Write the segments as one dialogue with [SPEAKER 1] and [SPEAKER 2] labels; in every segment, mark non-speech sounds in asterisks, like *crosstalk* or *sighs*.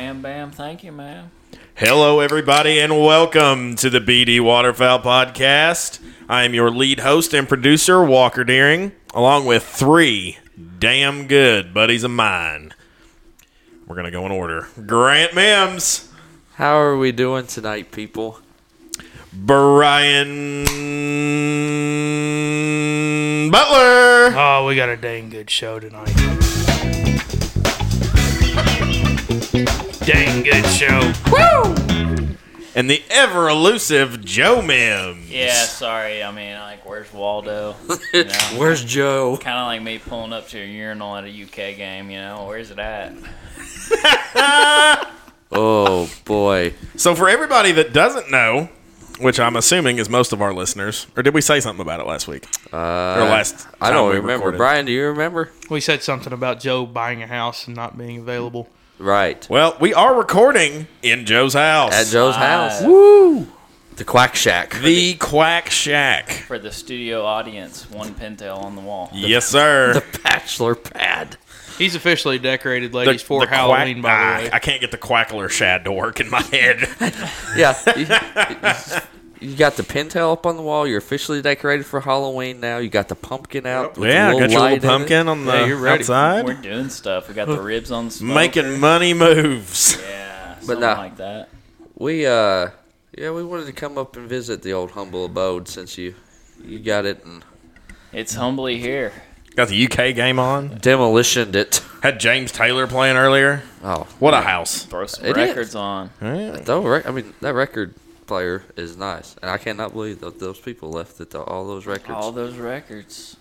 [SPEAKER 1] Thank you, ma'am.
[SPEAKER 2] Hello, everybody, and welcome to the BD Waterfowl Podcast. I am your lead host and producer, Walker Deering, along with three damn good buddies of mine. We're going to go in order Grant Mims,
[SPEAKER 3] How are we doing tonight, people?
[SPEAKER 2] Brian Butler,
[SPEAKER 4] Oh, we got a dang good show tonight. Dang good show.
[SPEAKER 2] and the ever elusive Joe Mims.
[SPEAKER 1] Yeah, sorry. I mean, like, where's Waldo? You know?
[SPEAKER 3] Where's Joe?
[SPEAKER 1] kind of like me pulling up to a urinal at a UK game. You know, where's it at?
[SPEAKER 3] Oh boy.
[SPEAKER 2] So, for everybody that doesn't know, which I'm assuming is most of our listeners, or did we say something about it last week?
[SPEAKER 3] Uh,
[SPEAKER 2] Or last
[SPEAKER 3] I
[SPEAKER 2] time
[SPEAKER 3] don't
[SPEAKER 2] we
[SPEAKER 3] remember.
[SPEAKER 2] recorded.
[SPEAKER 3] Brian, do you remember?
[SPEAKER 4] We said something about Joe buying a house and not being available.
[SPEAKER 3] Right.
[SPEAKER 2] Well, we are recording in Joe's house.
[SPEAKER 3] At Joe's house.
[SPEAKER 1] Live.
[SPEAKER 3] Woo! The Quack Shack.
[SPEAKER 2] the Quack Shack.
[SPEAKER 1] For the studio audience, one pintail on the wall.
[SPEAKER 2] Yes, sir.
[SPEAKER 3] *laughs* the bachelor pad.
[SPEAKER 4] He's officially decorated
[SPEAKER 2] The-
[SPEAKER 4] ladies for
[SPEAKER 2] the quack-
[SPEAKER 4] Halloween, by
[SPEAKER 2] Ah,
[SPEAKER 4] the way.
[SPEAKER 2] I can't get the quackler shad to work in my head.
[SPEAKER 3] Yeah. you- you, got the pintail up on the wall. You're officially decorated for Halloween now. You got the pumpkin out. with
[SPEAKER 2] yeah,
[SPEAKER 3] the
[SPEAKER 2] got your
[SPEAKER 3] light
[SPEAKER 2] little
[SPEAKER 3] in it.
[SPEAKER 2] pumpkin on the
[SPEAKER 4] Yeah, you're ready.
[SPEAKER 1] We're
[SPEAKER 2] outside,
[SPEAKER 1] doing stuff. We got the ribs on the smoke.
[SPEAKER 2] making money moves.
[SPEAKER 1] Yeah, something
[SPEAKER 3] nah.
[SPEAKER 1] like that.
[SPEAKER 3] We uh, yeah, we wanted to come up and visit the old humble abode since you, you got it and
[SPEAKER 1] It's humbly here.
[SPEAKER 2] Got the UK game on.
[SPEAKER 3] demolitioned it.
[SPEAKER 2] Had James Taylor playing earlier.
[SPEAKER 3] Oh,
[SPEAKER 2] What a house!
[SPEAKER 1] Throw some
[SPEAKER 3] It is.
[SPEAKER 1] records on.
[SPEAKER 2] Yeah.
[SPEAKER 3] That rec- I mean, that record player is nice, and I cannot believe that those people left it, all those records.
[SPEAKER 1] All those records.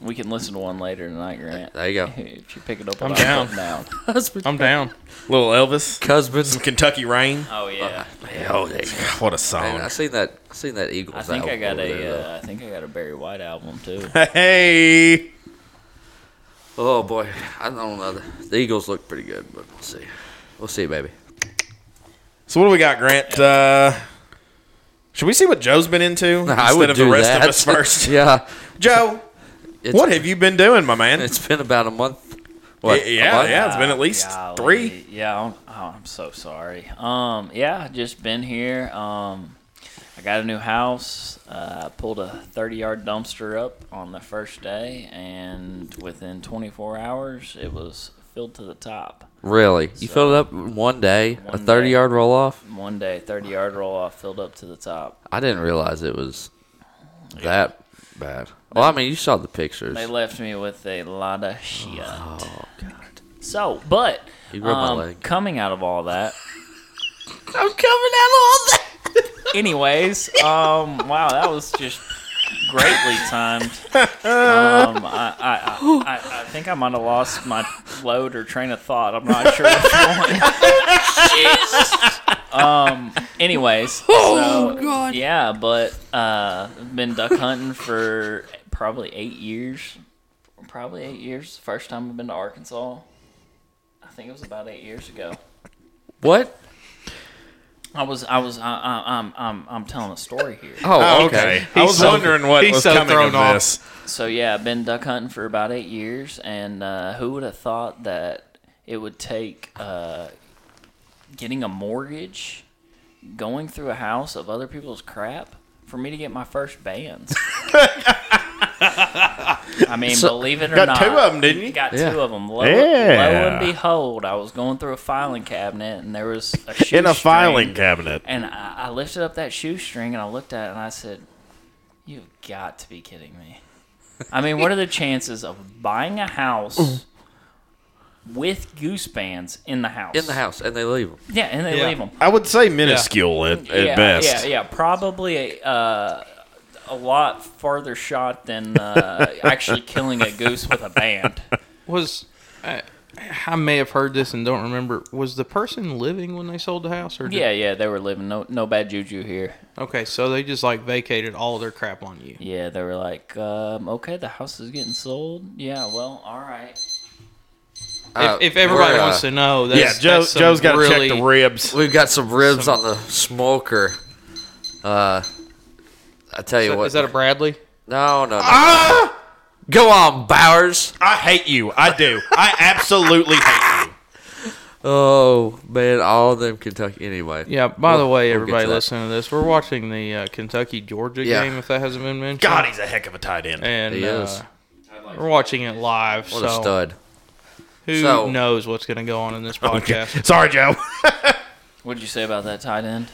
[SPEAKER 1] We can listen to one later tonight, Grant.
[SPEAKER 3] there
[SPEAKER 1] *laughs*
[SPEAKER 3] you go.
[SPEAKER 1] If you pick it up,
[SPEAKER 4] I'm
[SPEAKER 1] I'll
[SPEAKER 4] down.
[SPEAKER 1] put it down.
[SPEAKER 3] Husband,
[SPEAKER 4] I'm down.
[SPEAKER 2] Little Elvis, *laughs*
[SPEAKER 3] husbands.
[SPEAKER 2] some Kentucky rain.
[SPEAKER 1] Oh yeah.
[SPEAKER 3] Hell, they-
[SPEAKER 2] What a
[SPEAKER 3] Man, I
[SPEAKER 2] song!
[SPEAKER 3] seen that. I seen that Eagles.
[SPEAKER 1] I think I
[SPEAKER 3] album
[SPEAKER 1] got
[SPEAKER 3] over there,
[SPEAKER 1] a. Uh, I think I got a Barry White album too.
[SPEAKER 2] *laughs* Hey,
[SPEAKER 3] though. oh boy, I don't know. The, the Eagles look pretty good, but we'll see. We'll
[SPEAKER 2] *laughs*
[SPEAKER 3] see, baby.
[SPEAKER 2] so what do we got, Grant? Uh, should we see what Joe's been into instead
[SPEAKER 3] I would
[SPEAKER 2] of
[SPEAKER 3] do
[SPEAKER 2] the rest
[SPEAKER 3] that.
[SPEAKER 2] of us first?
[SPEAKER 3] *laughs* yeah.
[SPEAKER 2] *laughs* Joe,
[SPEAKER 3] It's,
[SPEAKER 2] what have you been doing, my man?
[SPEAKER 3] It's been about a month. What?
[SPEAKER 2] Y-
[SPEAKER 3] a
[SPEAKER 2] yeah,
[SPEAKER 3] month?
[SPEAKER 2] yeah, it's been at least
[SPEAKER 1] Ah, Golly.
[SPEAKER 2] three.
[SPEAKER 1] Yeah, I'm, oh, I'm so sorry. Um, yeah, just been here. Um, I got a new house. Uh, pulled a 30 yard dumpster up on the first day, and within 24 hours, it was filled to the top.
[SPEAKER 3] Really? You filled it up in one day, a
[SPEAKER 1] One day.
[SPEAKER 3] thirty-yard roll-off.
[SPEAKER 1] One day, 30 yard roll off, filled up to the top.
[SPEAKER 3] I didn't realize it was that bad. Well, I mean, you saw the pictures.
[SPEAKER 1] They left me with a lot of shit.
[SPEAKER 2] Oh,
[SPEAKER 1] So, but
[SPEAKER 3] You rubbed my
[SPEAKER 1] um,
[SPEAKER 3] leg.
[SPEAKER 1] coming out of all that.
[SPEAKER 3] *laughs* I'm coming out of all that. *laughs*
[SPEAKER 1] Anyways, um, wow, that was just greatly timed. Um, I, I, I, I- I think I might have lost my load or train of thought. I'm not sure which one.
[SPEAKER 3] *laughs*
[SPEAKER 1] Um, anyways. Oh, God. Yeah, but uh, been duck hunting for probably eight years. Probably eight years. First time I've been to Arkansas. I think it was about eight years ago.
[SPEAKER 3] What?
[SPEAKER 1] I was, I was, I, I, I'm, I'm, I'm telling a story here.
[SPEAKER 3] Oh,
[SPEAKER 2] Oh,
[SPEAKER 3] okay.
[SPEAKER 2] okay. I
[SPEAKER 4] He's
[SPEAKER 2] was
[SPEAKER 4] so-
[SPEAKER 2] wondering what
[SPEAKER 4] he's
[SPEAKER 2] was
[SPEAKER 4] so
[SPEAKER 2] coming of
[SPEAKER 4] thrown off.
[SPEAKER 2] this.
[SPEAKER 1] So yeah, I've been duck hunting for about eight years, and uh, who would have thought that it would take uh, getting a mortgage, going through a house of other people's crap for me to get my first bands. I mean, believe it or
[SPEAKER 2] Got
[SPEAKER 1] not,
[SPEAKER 2] two of 'em, didn't you?
[SPEAKER 1] Got
[SPEAKER 3] Yeah.
[SPEAKER 1] two of them. Lo, lo
[SPEAKER 2] Yeah.
[SPEAKER 1] and behold, I was going through a filing cabinet, and there was a
[SPEAKER 2] In a
[SPEAKER 1] shoestring.
[SPEAKER 2] filing cabinet.
[SPEAKER 1] And I, I lifted up that shoestring and I looked at it and I said, You've got to be kidding me. I mean, what are the chances of buying a house with goose bands in the house?
[SPEAKER 3] In the house, and they leave them.
[SPEAKER 1] Yeah, and they
[SPEAKER 4] Yeah.
[SPEAKER 1] leave 'em. leave
[SPEAKER 2] I would say minuscule at,
[SPEAKER 1] them.
[SPEAKER 2] at
[SPEAKER 1] yeah,
[SPEAKER 2] best.
[SPEAKER 1] Yeah, yeah. Probably a, uh, a lot farther shot than
[SPEAKER 2] *laughs*
[SPEAKER 1] uh, actually killing a goose with a band.
[SPEAKER 4] Was I, I may have heard this and don't remember. Was the person living when they sold the house or did-
[SPEAKER 1] Yeah, yeah. They were living. No, no bad juju here.
[SPEAKER 4] Okay, so they just like vacated all their crap on you.
[SPEAKER 1] Yeah, they were like, um, okay, the house is getting sold. Yeah, well, all right.
[SPEAKER 3] Uh,
[SPEAKER 4] if, if everybody
[SPEAKER 3] we're, uh,
[SPEAKER 4] wants to know, that's,
[SPEAKER 2] Yeah, Joe,
[SPEAKER 4] that's some
[SPEAKER 2] Joe's got to
[SPEAKER 4] really,
[SPEAKER 2] check the ribs.
[SPEAKER 3] We've got some ribs on the smoker. Uh, I tell you what.
[SPEAKER 4] Is that a Bradley?
[SPEAKER 3] no, no, no. Go on, Bowers.
[SPEAKER 2] I hate you. I do. I absolutely hate you.
[SPEAKER 3] Oh man, all of them Kentucky. Anyway,
[SPEAKER 4] Yeah. By the
[SPEAKER 3] We'll-
[SPEAKER 4] way,
[SPEAKER 3] we'll get
[SPEAKER 4] everybody
[SPEAKER 3] to that.
[SPEAKER 4] listening to this, we're watching the uh, Kentucky Georgia
[SPEAKER 3] Yeah.
[SPEAKER 4] game. If that hasn't been mentioned,
[SPEAKER 2] God, he's a heck of a tight end.
[SPEAKER 4] and
[SPEAKER 3] He
[SPEAKER 4] uh,
[SPEAKER 3] is.
[SPEAKER 4] we're watching it live.
[SPEAKER 3] what
[SPEAKER 4] so
[SPEAKER 3] a stud.
[SPEAKER 4] who
[SPEAKER 3] So-
[SPEAKER 4] knows what's going to go on
[SPEAKER 3] *laughs*
[SPEAKER 4] in this
[SPEAKER 2] Okay.
[SPEAKER 4] podcast?
[SPEAKER 2] Sorry, Joe.
[SPEAKER 1] What did you say about that tight end?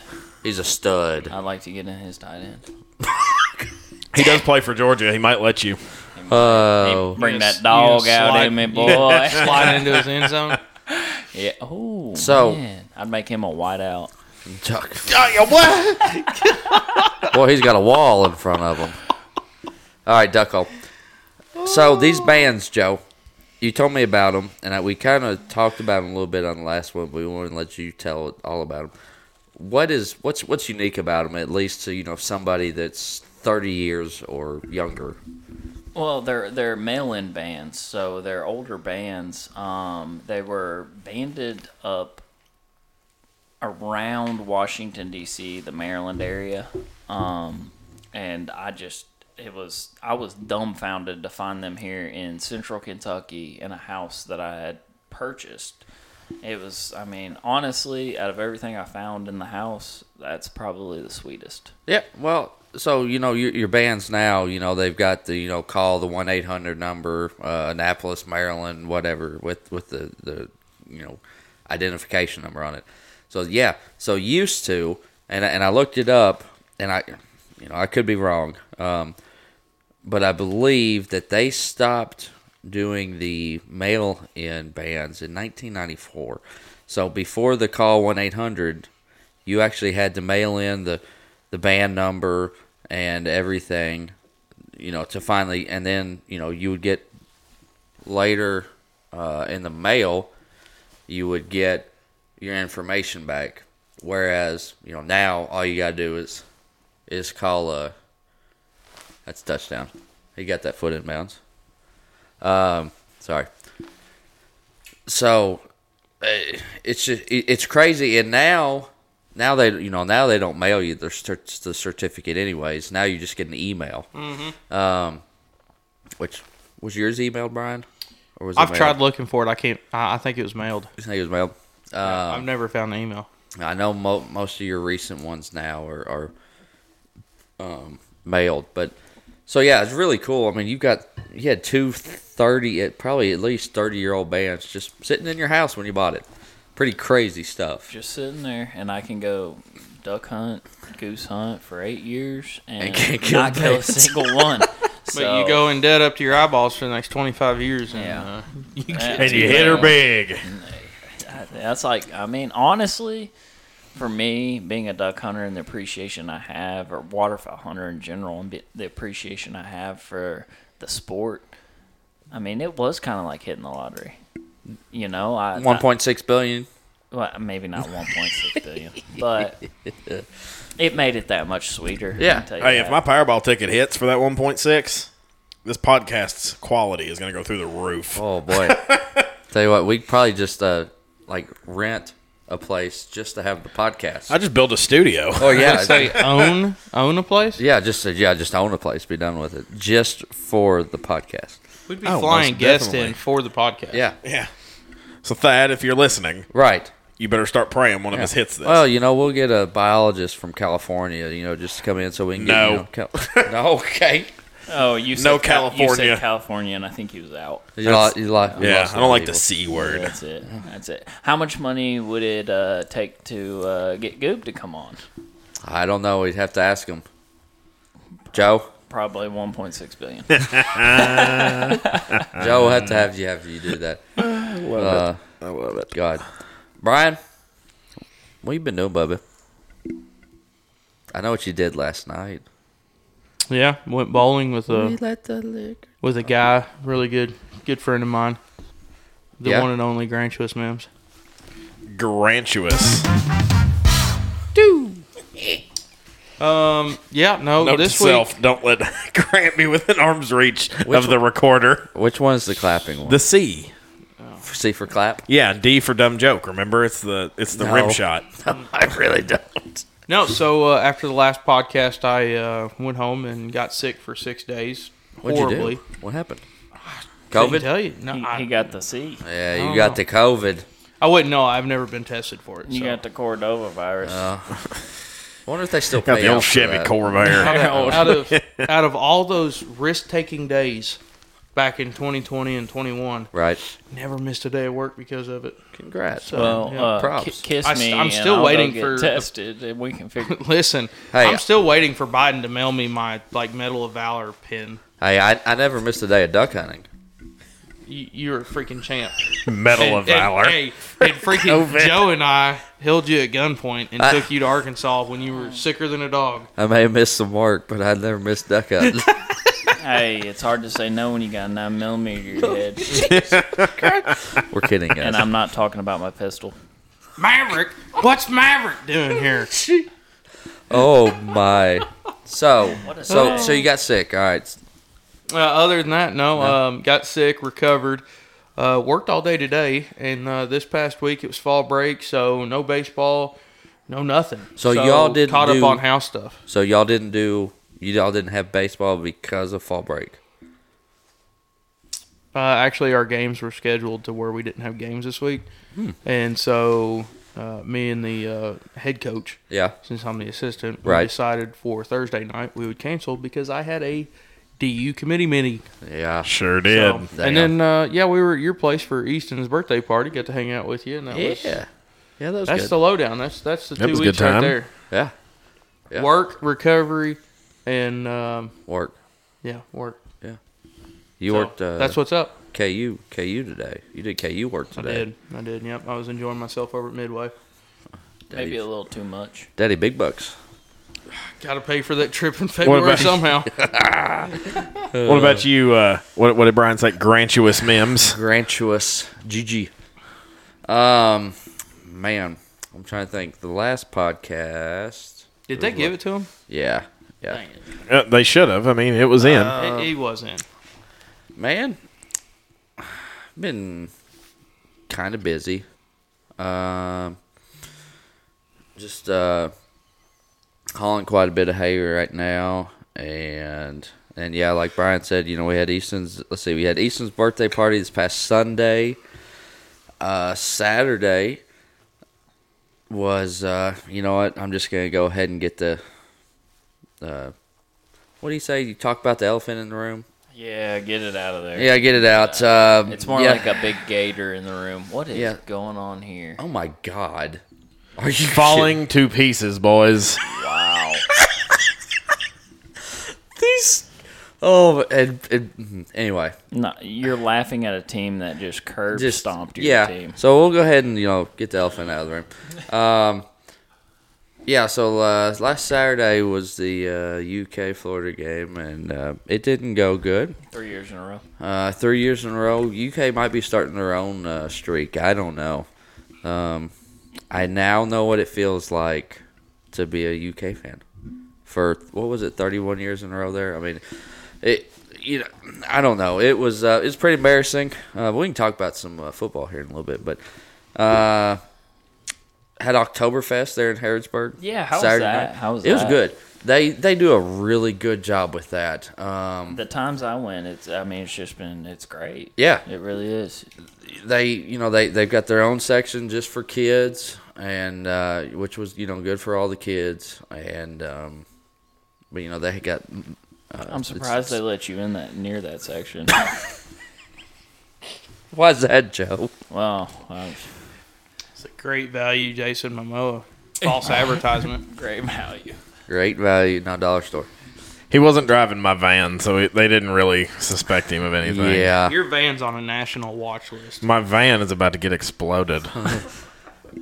[SPEAKER 3] He's a stud.
[SPEAKER 1] I'd like to get in his tight end.
[SPEAKER 2] he *laughs* does play for Georgia. He might let you.
[SPEAKER 3] Oh,
[SPEAKER 1] Bring
[SPEAKER 4] Yes,
[SPEAKER 1] that dog
[SPEAKER 4] you
[SPEAKER 1] out
[SPEAKER 4] slide-
[SPEAKER 1] at me, boy.
[SPEAKER 4] Slide into his end
[SPEAKER 3] *laughs*
[SPEAKER 4] zone.
[SPEAKER 1] *laughs* yeah. Oh.
[SPEAKER 3] So-
[SPEAKER 1] man. I'd make him a whiteout.
[SPEAKER 3] Chuck.
[SPEAKER 2] Oh, what?
[SPEAKER 3] Boy, he's got a wall in front of him. All right, Ducko. So these bands, Joe, you told me about them, and I, we kind of talked about them a little bit on the last one, but we wanted to let you tell all about them. What is what's what's unique about them, at least to you know somebody that's thirty years or younger?
[SPEAKER 1] Well, they're they're mail-in bands, so they're older bands. Um, they were banded up around Washington D.C., the Maryland area, um, and I just it was I was dumbfounded to find them here in Central Kentucky in a house that I had purchased. It was, I mean, honestly, out of everything I found in the house, that's probably the sweetest.
[SPEAKER 3] Yeah, well, so you know your, your bands now, you know they've got the you know call the one eight hundred number, uh, Annapolis, Maryland, whatever, with with the the you know identification number on it. So yeah, so used to, and I- and I looked it up, and I, you know, I could be wrong, um, but I believe that they stopped doing the mail in bands in 1994. So before the call 1 800, you actually had to mail in the, the band number and everything, you know, to finally, and then, you know, you would get later uh, in the mail, you would get your information back. Whereas, you know, now all you got to do is is call a that's touchdown. He got that foot in bounds. Um, sorry. So eh, it's ju- it- it's crazy, and now now they you know now they don't mail you their cert- the certificate anyways. Now you just get an email. Mm-hmm. Um, which was yours emailed, Brian? Or was it
[SPEAKER 4] I've
[SPEAKER 3] mailed?
[SPEAKER 4] tried looking for it. I can't. I, I think it was mailed.
[SPEAKER 3] I think it was mailed.
[SPEAKER 4] I've never found the email.
[SPEAKER 3] I know mo- most of your recent ones now are, are um, mailed, but so yeah, it's really cool. I mean, you've got you had two thirty, at probably at least thirty year old bands just sitting in your house when you bought it. Pretty crazy stuff.
[SPEAKER 1] just sitting there, and I can go duck hunt, goose hunt for eight years, and,
[SPEAKER 3] And can't kill
[SPEAKER 1] not kill a
[SPEAKER 3] bats.
[SPEAKER 1] single one.
[SPEAKER 4] But you go in debt up to your eyeballs for the next 25 years. And,
[SPEAKER 1] Yeah.
[SPEAKER 4] uh, *laughs* you can't.
[SPEAKER 1] and
[SPEAKER 2] And you hit her big.
[SPEAKER 1] That's like, I mean, honestly, for me, being a duck hunter and the appreciation I have, or waterfowl hunter in general, and be- the appreciation I have for the sport, I mean, it was kind of like hitting the lottery. You know, I
[SPEAKER 3] One
[SPEAKER 1] I-
[SPEAKER 3] point six billion.
[SPEAKER 1] well, maybe not 1.6 billion,
[SPEAKER 2] *laughs*
[SPEAKER 1] but it made it that much sweeter. I
[SPEAKER 3] Yeah.
[SPEAKER 1] can tell you
[SPEAKER 2] Hey,
[SPEAKER 1] that.
[SPEAKER 2] if my Powerball ticket hits for that 1.6, this podcast's quality is going to go through the roof.
[SPEAKER 3] Oh boy! Tell you what, we could probably just uh like rent a place just to have the podcast.
[SPEAKER 2] I just built a studio.
[SPEAKER 3] oh yeah,
[SPEAKER 4] *laughs* Say own own a place.
[SPEAKER 3] yeah. Just uh, yeah, just own a place, be done with it, just for the podcast.
[SPEAKER 4] We'd be
[SPEAKER 2] Oh,
[SPEAKER 4] flying
[SPEAKER 2] most
[SPEAKER 4] guests
[SPEAKER 2] definitely.
[SPEAKER 4] in for the podcast.
[SPEAKER 3] Yeah,
[SPEAKER 2] Yeah. So Thad, if you're listening,
[SPEAKER 3] right.
[SPEAKER 2] you better start praying one of us hits this.
[SPEAKER 3] Well, you know, we'll get a biologist from California, you know, just to come in so we can
[SPEAKER 2] No. *laughs*
[SPEAKER 3] get. You know, Cal- no, okay.
[SPEAKER 1] Oh, you said
[SPEAKER 2] No
[SPEAKER 1] Cal- you said
[SPEAKER 2] California.
[SPEAKER 1] California, and I think he was out.
[SPEAKER 3] You lo- you lo- we
[SPEAKER 2] yeah,
[SPEAKER 3] lost
[SPEAKER 2] I don't like
[SPEAKER 3] people.
[SPEAKER 2] the c word.
[SPEAKER 1] That's it. That's it. How much money would it uh, take to uh, get Goob to come on?
[SPEAKER 3] I don't know. We'd have to ask him. Joe,
[SPEAKER 1] Probably 1.6 billion.
[SPEAKER 3] Joe, we'll have to have you have you do that. uh,
[SPEAKER 2] Uh, *laughs* I love it.
[SPEAKER 3] God, Brian, what you been doing, Bubba? I know what you did last night.
[SPEAKER 4] Yeah, went bowling with uh, a with a guy, really good, good friend of mine, the
[SPEAKER 3] Yeah.
[SPEAKER 4] one and only Grantuous Mims.
[SPEAKER 2] Grantuous.
[SPEAKER 4] Um, yeah, no,
[SPEAKER 2] Note
[SPEAKER 4] this
[SPEAKER 2] to self, don't let *laughs* Grant be within arm's reach of the recorder.
[SPEAKER 3] Which one's the clapping one?
[SPEAKER 2] The C.
[SPEAKER 3] C
[SPEAKER 2] *laughs*
[SPEAKER 3] for clap.
[SPEAKER 2] Yeah, D for dumb joke. Remember, it's the it's the
[SPEAKER 3] No.
[SPEAKER 2] rim *laughs* shot.
[SPEAKER 3] I really don't.
[SPEAKER 4] week, no. So uh, after the last podcast, I uh, went home and got sick for six days.
[SPEAKER 3] What'd
[SPEAKER 4] horribly.
[SPEAKER 3] you do? What happened?
[SPEAKER 4] Didn't
[SPEAKER 3] COVID. *laughs*
[SPEAKER 4] tell you? No,
[SPEAKER 1] he,
[SPEAKER 4] I,
[SPEAKER 1] he got the C.
[SPEAKER 3] Yeah, you
[SPEAKER 4] don't
[SPEAKER 3] got
[SPEAKER 4] know.
[SPEAKER 3] the COVID.
[SPEAKER 4] I wouldn't know. I've never been tested for it.
[SPEAKER 1] You
[SPEAKER 4] so.
[SPEAKER 1] got the Cordova virus.
[SPEAKER 3] Uh, I wonder if they still
[SPEAKER 2] Got
[SPEAKER 3] pay
[SPEAKER 2] the
[SPEAKER 3] out
[SPEAKER 2] old
[SPEAKER 3] for
[SPEAKER 2] Chevy
[SPEAKER 3] that.
[SPEAKER 2] Corvair.
[SPEAKER 1] *laughs*
[SPEAKER 2] *laughs*
[SPEAKER 4] out, out of out of all those risk taking days back in 2020 and 21,
[SPEAKER 3] Right.
[SPEAKER 4] never missed a day of work because of it.
[SPEAKER 3] Congrats.
[SPEAKER 4] So,
[SPEAKER 1] well,
[SPEAKER 4] yeah.
[SPEAKER 1] uh,
[SPEAKER 3] props.
[SPEAKER 1] ki- kiss
[SPEAKER 4] I
[SPEAKER 1] me.
[SPEAKER 4] st- I'm
[SPEAKER 1] and
[SPEAKER 4] still
[SPEAKER 1] I'll go
[SPEAKER 4] waiting
[SPEAKER 1] get
[SPEAKER 4] for the-
[SPEAKER 1] tested, and we can *laughs* figure.
[SPEAKER 4] *laughs* Listen,
[SPEAKER 3] Hey,
[SPEAKER 4] I'm
[SPEAKER 3] uh,
[SPEAKER 4] still waiting for Biden to mail me my like Medal of Valor pin.
[SPEAKER 3] hey, I, I never missed a day of duck hunting.
[SPEAKER 4] You, you're a freaking champ.
[SPEAKER 2] Medal of
[SPEAKER 4] And- and-
[SPEAKER 2] Valor.
[SPEAKER 4] hey, and
[SPEAKER 3] *laughs*
[SPEAKER 4] freaking
[SPEAKER 2] Valor.
[SPEAKER 4] Joe and I held you at gunpoint and
[SPEAKER 3] Oh, I-
[SPEAKER 4] took you to Arkansas when you were sicker than a dog.
[SPEAKER 3] I may have missed some work, but I never missed duck hunting.
[SPEAKER 1] hey, it's hard to say no when you got a nine millimeter in your *laughs* head.
[SPEAKER 3] We're kidding, guys.
[SPEAKER 1] and I'm not talking about my pistol.
[SPEAKER 4] Maverick, what's Maverick doing
[SPEAKER 3] *laughs*
[SPEAKER 4] here?
[SPEAKER 3] oh my. So, so, so you got sick. All right.
[SPEAKER 4] Uh, other than that, no. Um, got sick, recovered, uh, worked all day today, and uh, this past week it was fall break, so no baseball, no nothing.
[SPEAKER 3] So y'all didn't
[SPEAKER 4] caught
[SPEAKER 3] do-
[SPEAKER 4] up on house stuff.
[SPEAKER 3] So y'all didn't do, y'all didn't have baseball because of fall break.
[SPEAKER 4] Uh, actually, our games were scheduled to where we didn't have games this week,
[SPEAKER 3] Hmm.
[SPEAKER 4] and so uh, me and the uh, head coach,
[SPEAKER 3] Yeah.
[SPEAKER 4] since I'm the assistant, we
[SPEAKER 3] Right.
[SPEAKER 4] decided for Thursday night we would cancel because I had a DU committee meeting.
[SPEAKER 3] Yeah.
[SPEAKER 2] Sure did.
[SPEAKER 4] So-
[SPEAKER 3] Damn.
[SPEAKER 4] and then uh, yeah, we were at your place for Easton's birthday party. Got to hang out with you, and that was
[SPEAKER 3] Yeah. Yeah, that was
[SPEAKER 4] That's
[SPEAKER 3] good.
[SPEAKER 4] the lowdown. That's that's the
[SPEAKER 2] That
[SPEAKER 4] two
[SPEAKER 2] was a
[SPEAKER 4] weeks
[SPEAKER 2] good time.
[SPEAKER 4] right there.
[SPEAKER 3] yeah. Yeah.
[SPEAKER 4] Work, recovery, and um,
[SPEAKER 3] Work.
[SPEAKER 4] yeah, work.
[SPEAKER 3] You
[SPEAKER 4] So,
[SPEAKER 3] worked. Uh,
[SPEAKER 4] that's what's up.
[SPEAKER 3] KU KU today. You did KU work
[SPEAKER 4] I
[SPEAKER 3] today.
[SPEAKER 4] did. I did. Yep. I was enjoying myself over at Midway.
[SPEAKER 3] Daddy,
[SPEAKER 1] Maybe a little too much.
[SPEAKER 3] Daddy big bucks.
[SPEAKER 4] Got to pay for
[SPEAKER 3] *laughs*
[SPEAKER 4] that trip in February
[SPEAKER 2] about-
[SPEAKER 4] somehow.
[SPEAKER 2] what about you? Uh, what, what did Brian say? Grantuous memes.
[SPEAKER 3] Grantuous GG. Um, man, I'm trying to think. The last podcast.
[SPEAKER 4] Did they give it to him?
[SPEAKER 3] Yeah, yeah.
[SPEAKER 2] Uh, they should have. I mean, it was in.
[SPEAKER 4] he, he was in.
[SPEAKER 3] Man, been kind of busy. Um, just uh, hauling quite a bit of hay right now, and and yeah, like Brian said, you know, we had Easton's. Let's see, we had Easton's birthday party this past Sunday. Uh, Saturday was, uh, you know what? I'm just gonna go ahead and get the. Uh, what do you say? You talk about the elephant in the room.
[SPEAKER 1] Yeah, get it out of there.
[SPEAKER 3] Yeah, get it out. Um,
[SPEAKER 1] It's more
[SPEAKER 3] yeah.
[SPEAKER 1] like a big gator in the room. What is
[SPEAKER 3] Yeah.
[SPEAKER 1] going on here?
[SPEAKER 3] Oh my god, are you
[SPEAKER 2] Falling to pieces, boys.
[SPEAKER 1] Wow.
[SPEAKER 3] kidding? These. Oh, and, and mhm. anyway,
[SPEAKER 1] no, you're laughing at a team that just curb
[SPEAKER 3] just
[SPEAKER 1] stomped your
[SPEAKER 3] yeah.
[SPEAKER 1] team.
[SPEAKER 3] So we'll go ahead and you know get the elephant out of the room. Um, yeah. So uh, last Saturday was the uh, UK Florida game, and uh, it didn't go good.
[SPEAKER 1] Three years in a row.
[SPEAKER 3] Uh, three years in a row, UK might be starting their own uh, streak. I don't know. Um, I now know what it feels like to be a UK fan for what was it, 31 years in a row. There, I mean, it. You know, I don't know. It was uh, it's pretty embarrassing. Uh, we can talk about some uh, football here in a little bit, but uh, had Oktoberfest there in Harrodsburg.
[SPEAKER 1] Yeah, how was that? How was
[SPEAKER 3] it was
[SPEAKER 1] that?
[SPEAKER 3] good. They they do a really good job with that. Um,
[SPEAKER 1] The times I went, it's I mean, it's just been it's great.
[SPEAKER 3] yeah,
[SPEAKER 1] It really is.
[SPEAKER 3] they you know they they've got their own section just for kids and uh, which was you know good for all the kids and um, but you know they got Uh,
[SPEAKER 1] I'm surprised they let you in that near that section.
[SPEAKER 3] *laughs* why's that Joe
[SPEAKER 1] wow, that was
[SPEAKER 4] It's a great value, Jason Momoa. *laughs* False advertisement.
[SPEAKER 1] great value.
[SPEAKER 3] great value not dollar store
[SPEAKER 2] he wasn't driving my van, so it, they didn't really suspect him of anything.
[SPEAKER 3] yeah
[SPEAKER 4] Your van's on a national watch list.
[SPEAKER 2] My van is about to get exploded.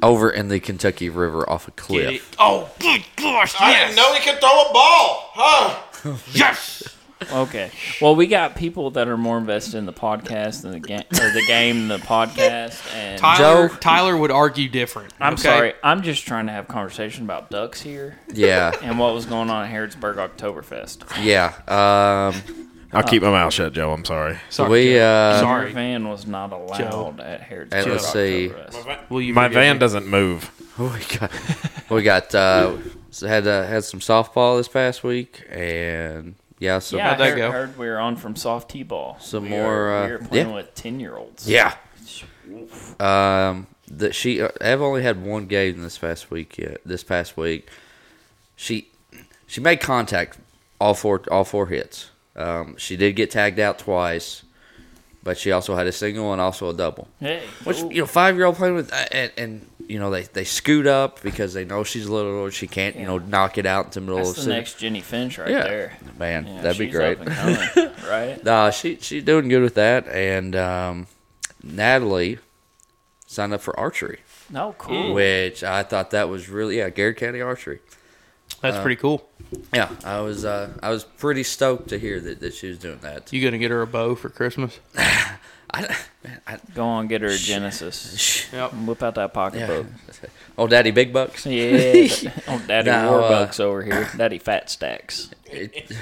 [SPEAKER 3] over in the Kentucky River off a
[SPEAKER 4] Get
[SPEAKER 3] cliff
[SPEAKER 4] it? Oh, good gosh! Yes. I didn't know he could throw a ball. Huh? *laughs*
[SPEAKER 3] *laughs*
[SPEAKER 4] yes.
[SPEAKER 1] Okay. Well, we got people that are more invested in the podcast than the game, or the game than the podcast. And
[SPEAKER 4] Tyler,
[SPEAKER 3] Joe-
[SPEAKER 4] Tyler would argue different.
[SPEAKER 1] I'm
[SPEAKER 4] okay?
[SPEAKER 1] sorry, I'm just trying to have conversation about ducks here
[SPEAKER 3] yeah
[SPEAKER 1] and what was going on at Harrodsburg Oktoberfest.
[SPEAKER 3] yeah um, *laughs*
[SPEAKER 2] I'll keep my mouth shut, Joe. I'm sorry.
[SPEAKER 4] Sorry.
[SPEAKER 3] we
[SPEAKER 4] Joe.
[SPEAKER 3] uh,
[SPEAKER 1] Our
[SPEAKER 4] sorry.
[SPEAKER 1] van was not allowed at Harrodsburg
[SPEAKER 3] And let's see.
[SPEAKER 1] Oktoberfest.
[SPEAKER 4] Will you
[SPEAKER 2] My
[SPEAKER 4] forgive
[SPEAKER 2] van
[SPEAKER 4] me?
[SPEAKER 2] doesn't move.
[SPEAKER 3] we got we got uh, had uh, had some softball this past week and yeah so
[SPEAKER 1] Yeah, I
[SPEAKER 4] How'd that
[SPEAKER 1] heard,
[SPEAKER 4] go?
[SPEAKER 1] heard we were on from soft t-ball.
[SPEAKER 3] Some
[SPEAKER 1] we
[SPEAKER 3] more,
[SPEAKER 1] Were,
[SPEAKER 3] uh,
[SPEAKER 1] we were playing
[SPEAKER 3] yeah.
[SPEAKER 1] with ten-year-olds.
[SPEAKER 3] yeah um that she I've only had one game this past week yet. This past week, she she made contact all four all four hits. Um, she did get tagged out twice, but she also had a single and also a double.
[SPEAKER 1] Hey,
[SPEAKER 3] Which
[SPEAKER 1] cool.
[SPEAKER 3] you know, five year old playing with uh, and, and you know they they scoot up because they know she's little and she can't you know knock it out into the middle
[SPEAKER 1] that's
[SPEAKER 3] of
[SPEAKER 1] the
[SPEAKER 3] city.
[SPEAKER 1] next Jenny Finch right
[SPEAKER 3] Yeah.
[SPEAKER 1] there.
[SPEAKER 3] Man,
[SPEAKER 1] Yeah,
[SPEAKER 3] that'd be
[SPEAKER 1] she's
[SPEAKER 3] great.
[SPEAKER 1] up and
[SPEAKER 3] *laughs*
[SPEAKER 1] coming, right?
[SPEAKER 3] Nah, Uh, she she's doing good with that. And um, Natalie signed up for archery,
[SPEAKER 1] No, cool.
[SPEAKER 3] which I thought that was really yeah, Garrett County archery. Uh,
[SPEAKER 4] That's pretty cool.
[SPEAKER 3] Yeah, I was uh, I was pretty stoked to hear that, that she was doing that.
[SPEAKER 4] You gonna get her a bow for Christmas?
[SPEAKER 3] I, *laughs* man, I,
[SPEAKER 1] Go on, get her a Genesis.
[SPEAKER 4] Yep.
[SPEAKER 1] Whip out that
[SPEAKER 3] yeah.
[SPEAKER 1] pocketbook.
[SPEAKER 3] Oh, daddy,
[SPEAKER 1] *laughs*
[SPEAKER 3] big bucks.
[SPEAKER 1] Yeah,
[SPEAKER 3] *laughs*
[SPEAKER 1] on Daddy
[SPEAKER 3] Now, uh,
[SPEAKER 1] Warbucks over
[SPEAKER 3] *coughs*
[SPEAKER 1] here. Daddy Fat Stacks.
[SPEAKER 3] It-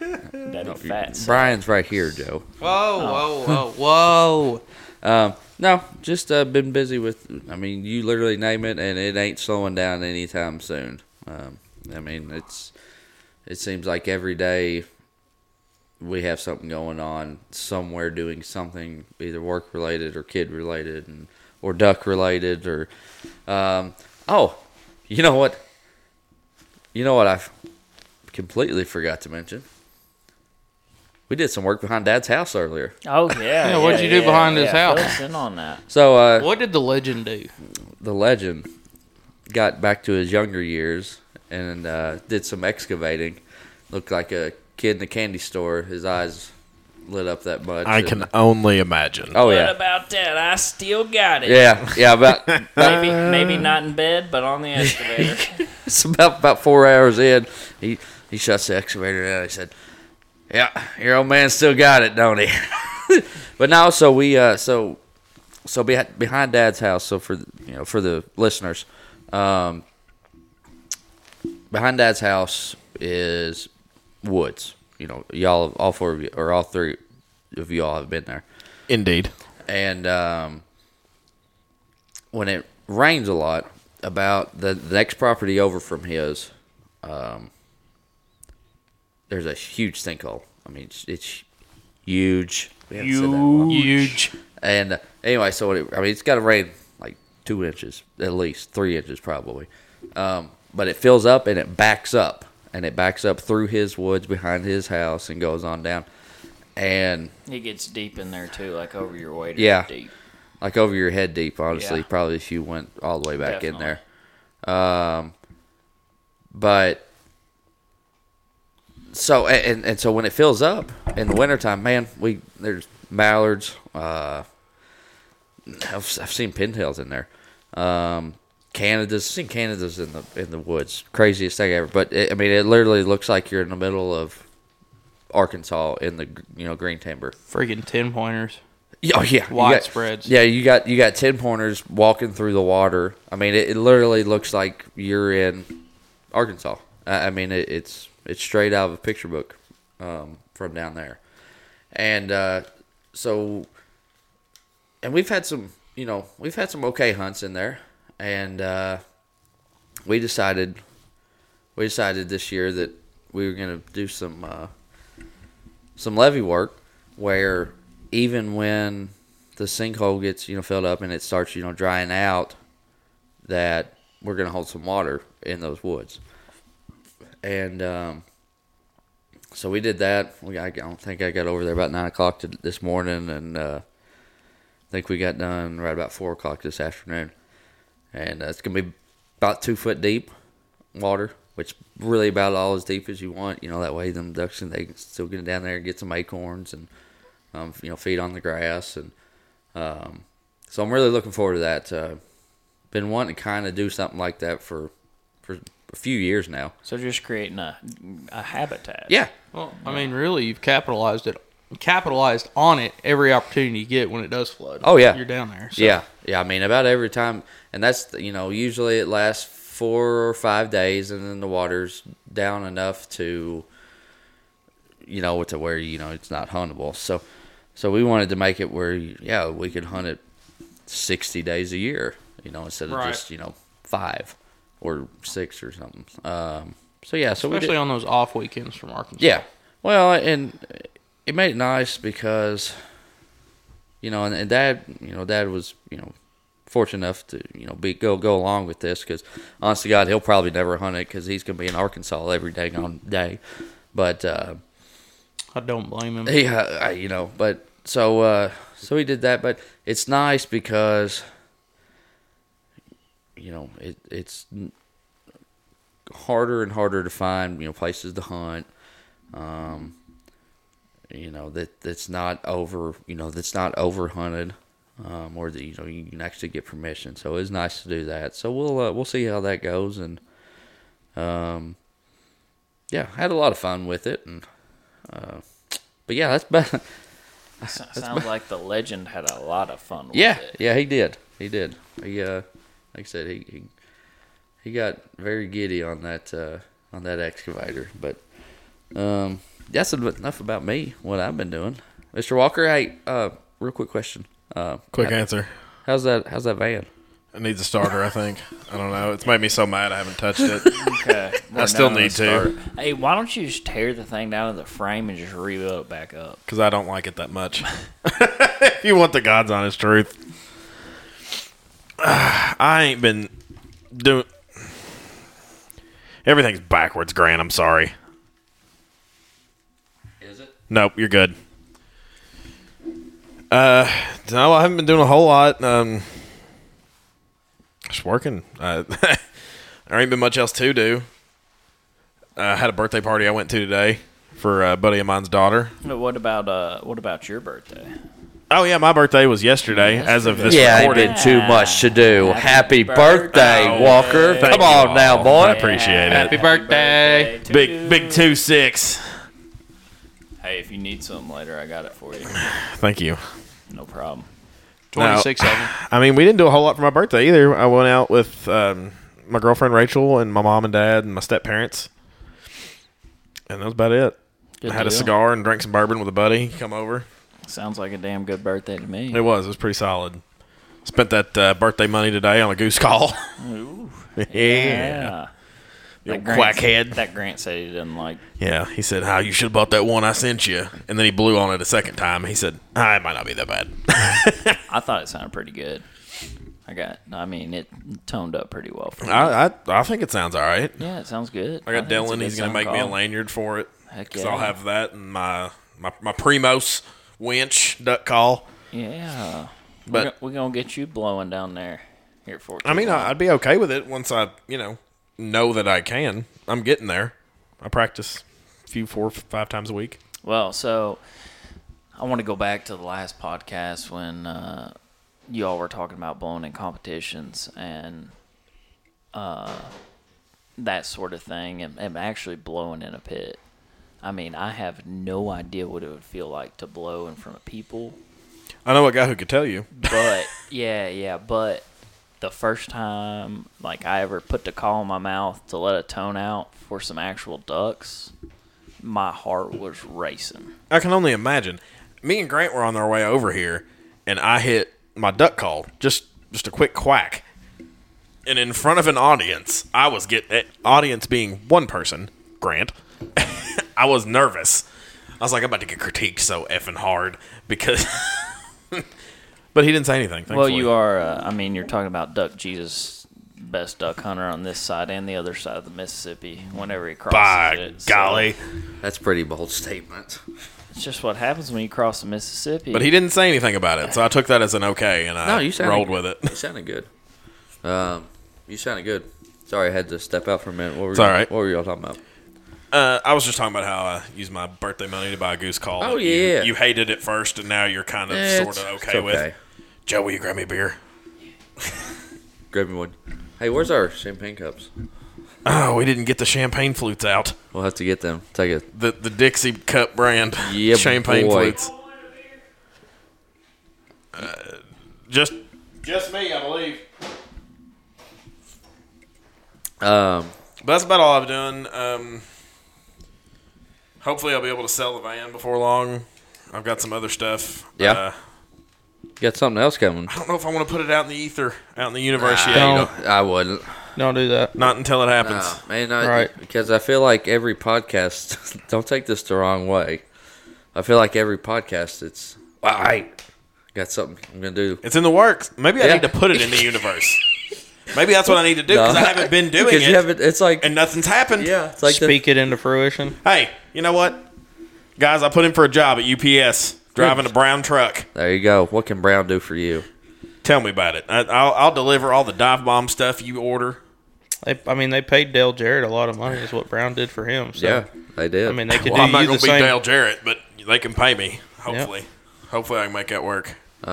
[SPEAKER 1] Daddy Fat Stacks.
[SPEAKER 3] Brian's right here, Joe. Oh.
[SPEAKER 4] Whoa, whoa, whoa, whoa!
[SPEAKER 3] Um, no, just uh, been busy with. I mean, you literally name it, and it ain't slowing down anytime soon. Um, I mean, it's it seems like every day we have something going on somewhere, doing something either work related or kid related, and or duck related, or um, oh, you know what? You know what? I completely forgot to mention. We did some work behind Dad's house earlier.
[SPEAKER 1] Oh yeah.
[SPEAKER 4] Yeah, what'd you do behind his
[SPEAKER 1] yeah.
[SPEAKER 4] house?
[SPEAKER 1] Fill us in on that.
[SPEAKER 3] So *laughs* uh,
[SPEAKER 4] What did the legend do?
[SPEAKER 3] the legend got back to his younger years and uh, did some excavating. Looked like a kid in a candy store. His eyes lit up that much.
[SPEAKER 2] I
[SPEAKER 3] and-
[SPEAKER 2] can only imagine.
[SPEAKER 3] Oh
[SPEAKER 1] What
[SPEAKER 3] yeah,
[SPEAKER 1] about that? I still got it.
[SPEAKER 3] yeah, Uh,
[SPEAKER 2] *laughs*
[SPEAKER 3] yeah. About
[SPEAKER 1] Maybe maybe not in bed, but
[SPEAKER 3] *laughs*
[SPEAKER 1] on the excavator.
[SPEAKER 3] it's about about four hours in, he he shuts the excavator down. He said, "Yeah, your old man still got it, don't he?" *laughs* but now, so we uh, so so behind behind Dad's house. So for you know for the listeners, um, behind Dad's house is woods. You know, y'all all four of you or all three of you all have been there
[SPEAKER 2] Indeed.
[SPEAKER 3] and um, when it rains a lot, about the, the next property over from his, um, there's a huge sinkhole. I mean, it's, it's huge. We haven't said that in a while.
[SPEAKER 4] Huge.
[SPEAKER 3] And uh, anyway, so it, I mean, it's got to rain like two inches at least, three inches probably. Um, but it fills up and it backs up, and it backs up through his woods behind his house and goes on down. And
[SPEAKER 1] it gets deep in there too, like over your waist.
[SPEAKER 3] Yeah.
[SPEAKER 1] Deep.
[SPEAKER 3] like over your head deep honestly
[SPEAKER 1] Yeah.
[SPEAKER 3] probably if you went all the way back in
[SPEAKER 1] Definitely.
[SPEAKER 3] there um but so a- and and so when it fills up in the wintertime man we there's mallards uh I've, I've seen pintails in there um Canada's seen Canada's in the in the woods craziest thing ever but it, I mean it literally looks like you're in the middle of Arkansas in the gr- you know green timber
[SPEAKER 4] Freaking ten pointers.
[SPEAKER 3] yeah, Oh yeah, You
[SPEAKER 4] Wide
[SPEAKER 3] got-
[SPEAKER 4] spreads.
[SPEAKER 3] Yeah, you got you got ten pointers walking through the water. I mean, it, it literally looks like you're in Arkansas. I, I mean, it, it's it's straight out of a picture book um, from down there, and uh, so and we've had some, you know, we've had some okay hunts in there, and uh, we decided we decided this year that we were going to do some uh, some levee work where even when the sinkhole gets you know filled up and it starts you know drying out that we're going to hold some water in those woods and um, so we did that we I don't think I got over there about nine o'clock to, this morning and uh, I think we got done right about four o'clock this afternoon and uh, it's gonna be about two foot deep water, which really about all as deep as you want. You know that way them ducks and they can still get down there and get some acorns and um, you know feed on the grass and um, so I'm really looking forward to that. Uh, been wanting to kind of do something like that for for a few years now.
[SPEAKER 1] So just creating a a habitat.
[SPEAKER 3] Yeah,
[SPEAKER 4] Well, I mean, really, you've capitalized it, capitalized on it every opportunity you get when it does flood.
[SPEAKER 3] Oh, yeah.
[SPEAKER 4] you're down there. So.
[SPEAKER 3] Yeah, yeah. I mean, about every time, and that's you know usually it lasts four or five days, and then the water's down enough to, you know, to where you know it's not huntable. So, so we wanted to make it where yeah we could hunt it sixty days a year, you know, instead of
[SPEAKER 4] Right.
[SPEAKER 3] just you know five or six or something. Um, so yeah, so we did-
[SPEAKER 4] especially on those off weekends from Arkansas.
[SPEAKER 3] yeah. Well, and it made it nice because, you know, and, and dad, you know, dad was, you know, fortunate enough to you know be go go along with this because honestly, God, he'll probably never hunt it because he's gonna be in Arkansas every day on day. But uh,
[SPEAKER 4] I don't blame him.
[SPEAKER 3] yeah, uh, I, you know, but so uh, so he did that, but it's nice because you know it it's n- harder and harder to find you know places to hunt. Um, you know that that's not over you know that's not over hunted. Um, or that you know you can actually get permission, so it's nice to do that. So we'll uh, we'll see how that goes, and um, yeah, I had a lot of fun with it, and uh, but yeah, that's about
[SPEAKER 1] So- sounds like the legend had a lot of fun with
[SPEAKER 3] yeah,
[SPEAKER 1] it.
[SPEAKER 3] yeah, he did. He did. He uh like I said, he he, he got very giddy on that uh on that excavator. But um that's en- enough about me, what I've been doing. Mr. Walker, hey, uh real quick question. Uh
[SPEAKER 2] Quick
[SPEAKER 3] how-
[SPEAKER 2] answer.
[SPEAKER 3] how's that how's that van?
[SPEAKER 2] It needs a starter, I think. I don't know. It's made me so mad I haven't touched it.
[SPEAKER 1] Okay. we're now
[SPEAKER 2] still
[SPEAKER 1] gonna
[SPEAKER 2] need to.
[SPEAKER 1] start. Hey, why don't you just tear the thing down to the frame and just rebuild it back up?
[SPEAKER 2] because I don't like it that much. *laughs* if you want the God's honest truth, *sighs* Ah, I ain't been doing. Everything's backwards, Grant. I'm sorry.
[SPEAKER 3] Is it?
[SPEAKER 2] Nope, you're good. Uh, no, I haven't been doing a whole lot. Um, just working. Uh, *laughs* there ain't been much else to do. I had a birthday party I went to today for a buddy of mine's daughter.
[SPEAKER 1] But what about uh, what about your birthday?
[SPEAKER 2] Oh yeah, my birthday was yesterday. As of this
[SPEAKER 3] Yeah, ain't
[SPEAKER 2] recording,
[SPEAKER 3] been too much to do. Happy, birthday,
[SPEAKER 1] birthday.
[SPEAKER 3] Walker.
[SPEAKER 2] Thank
[SPEAKER 3] Come
[SPEAKER 2] you
[SPEAKER 3] on
[SPEAKER 2] all.
[SPEAKER 3] now,
[SPEAKER 2] I
[SPEAKER 3] boy.
[SPEAKER 2] appreciate
[SPEAKER 4] Happy
[SPEAKER 2] it.
[SPEAKER 4] birthday.
[SPEAKER 1] to you.
[SPEAKER 2] Big big two six.
[SPEAKER 1] Hey, if you need something later, I got it for you.
[SPEAKER 2] Thank you.
[SPEAKER 1] No problem.
[SPEAKER 4] 26 of
[SPEAKER 3] *sighs*
[SPEAKER 4] them.
[SPEAKER 2] I mean, we didn't do a whole lot for my birthday either. I went out with um, my girlfriend Rachel and my mom and dad and my step parents, and that was about it.
[SPEAKER 1] Good
[SPEAKER 2] I had a
[SPEAKER 1] deal.
[SPEAKER 2] cigar and drank some bourbon with a buddy. Come over.
[SPEAKER 1] Sounds like a damn good birthday to me.
[SPEAKER 2] It was. It was pretty solid. Spent that uh, birthday money today on a goose call.
[SPEAKER 1] Ooh,
[SPEAKER 2] *laughs* yeah.
[SPEAKER 1] yeah.
[SPEAKER 2] You
[SPEAKER 1] Grant-
[SPEAKER 2] quackhead.
[SPEAKER 1] That Grant said he didn't like.
[SPEAKER 2] Yeah, he said, "How you should have bought that one I sent you," and then he blew on it a second time. He said, "Ah, "It might not be that bad."
[SPEAKER 1] I thought it sounded pretty good. I got. I mean, it toned up pretty well for me.
[SPEAKER 2] *laughs* I, I I think it sounds all right.
[SPEAKER 1] yeah, it sounds good.
[SPEAKER 2] I got
[SPEAKER 1] think it's a
[SPEAKER 2] Dylan.
[SPEAKER 1] good
[SPEAKER 2] He's gonna
[SPEAKER 1] sound
[SPEAKER 2] make me a
[SPEAKER 1] call.
[SPEAKER 2] lanyard for it.
[SPEAKER 1] Heck
[SPEAKER 2] Cause
[SPEAKER 1] yeah.
[SPEAKER 2] I'll have that and my my my Primos winch duck call.
[SPEAKER 1] Yeah,
[SPEAKER 2] But-
[SPEAKER 1] we're, go- we're gonna get you blowing down there here for.
[SPEAKER 2] I mean, I, I'd be okay with it once I you know know that I can. I'm getting there. I practice a few four five times a week.
[SPEAKER 1] Well, so I want to go back to the last podcast when uh, you all were talking about blowing in competitions and uh, that sort of thing, and, and actually blowing in a pit. I mean, I have no idea what it would feel like to blow in front of people,
[SPEAKER 2] I know a guy who could tell you.
[SPEAKER 1] but yeah, yeah, but the first time like I ever put the call in my mouth to let a tone out for some actual ducks, my heart was racing.
[SPEAKER 2] I can only imagine. Me and Grant were on our way over here, and I hit my duck call just just a quick quack, and in front of an audience, I was get eh, audience being one person, Grant. *laughs* I was nervous. I was like, I'm about to get critiqued so effing hard because. *laughs* but he didn't say anything. Thankfully.
[SPEAKER 1] Well, you are. Uh, I mean, you're talking about Duck Jesus, best duck hunter on this side and the other side of the Mississippi. Whenever he crosses
[SPEAKER 2] By
[SPEAKER 1] it, so
[SPEAKER 2] golly!
[SPEAKER 3] That's a pretty bold statement.
[SPEAKER 1] it's just what happens when you cross the Mississippi.
[SPEAKER 2] But he didn't say anything about it, so I took that as an okay, and I
[SPEAKER 3] No, you sounded,
[SPEAKER 2] rolled with it. *laughs*
[SPEAKER 3] You sounded good. Um, you sounded good. Sorry, I had to step out for a minute. What were
[SPEAKER 2] It's
[SPEAKER 3] y'all-
[SPEAKER 2] all right.
[SPEAKER 3] What were y'all talking about?
[SPEAKER 2] Uh, I was just talking about how I used my birthday money to buy a goose call.
[SPEAKER 3] Oh,
[SPEAKER 2] You-
[SPEAKER 3] yeah.
[SPEAKER 2] you, hated it first, and now you're kind of
[SPEAKER 3] Eh,
[SPEAKER 2] sort of
[SPEAKER 3] it's- it's
[SPEAKER 2] okay, with. Joe, will you grab me a beer?
[SPEAKER 3] Grab me one. Hey, where's our champagne cups?
[SPEAKER 2] Oh, we didn't get the champagne flutes out.
[SPEAKER 3] We'll have to get them. Take it.
[SPEAKER 2] The the Dixie Cup brand
[SPEAKER 3] Yeah,
[SPEAKER 2] champagne
[SPEAKER 3] boy.
[SPEAKER 2] flutes. Uh, just just me, I believe.
[SPEAKER 3] Um,
[SPEAKER 2] But that's about all I've done. Um, hopefully, I'll be able to sell the van before long. I've got some other stuff.
[SPEAKER 3] Yeah.
[SPEAKER 2] Uh,
[SPEAKER 3] you got something else coming?
[SPEAKER 2] I don't know if I want to put it out in the ether, out in the universe yet.
[SPEAKER 4] Don't.
[SPEAKER 3] I wouldn't.
[SPEAKER 4] Don't do that.
[SPEAKER 2] Not until it happens.
[SPEAKER 3] No, man, I,
[SPEAKER 4] Right.
[SPEAKER 3] because I feel like every *laughs* podcast. Don't take this the wrong way. I feel like every podcast, it's all right. Got something I'm gonna do.
[SPEAKER 2] It's in the works. Maybe I
[SPEAKER 3] Yeah.
[SPEAKER 2] need to put it in the universe. Maybe that's what I need to do because
[SPEAKER 3] No.
[SPEAKER 2] I haven't *laughs* been doing it,
[SPEAKER 3] Because you haven't. It's like
[SPEAKER 2] and nothing's happened.
[SPEAKER 3] yeah. It's like the-
[SPEAKER 4] Speak it into fruition.
[SPEAKER 2] Hey, you know what, guys? I put in for a job at UPS driving a brown truck.
[SPEAKER 3] there you go. What can Brown do for you?
[SPEAKER 2] Tell me about it. I, I'll, I'll deliver all the dive bomb stuff you order.
[SPEAKER 4] They, I mean, they paid Dale Jarrett a lot of money. Is what Brown did for him. So,
[SPEAKER 3] yeah, they did.
[SPEAKER 4] I mean, they could
[SPEAKER 2] Well,
[SPEAKER 4] do
[SPEAKER 2] I'm not
[SPEAKER 4] you
[SPEAKER 2] gonna
[SPEAKER 4] the
[SPEAKER 2] be
[SPEAKER 4] same.
[SPEAKER 2] Dale Jarrett, but they can pay me. Hopefully, hopefully I can make that work.
[SPEAKER 3] you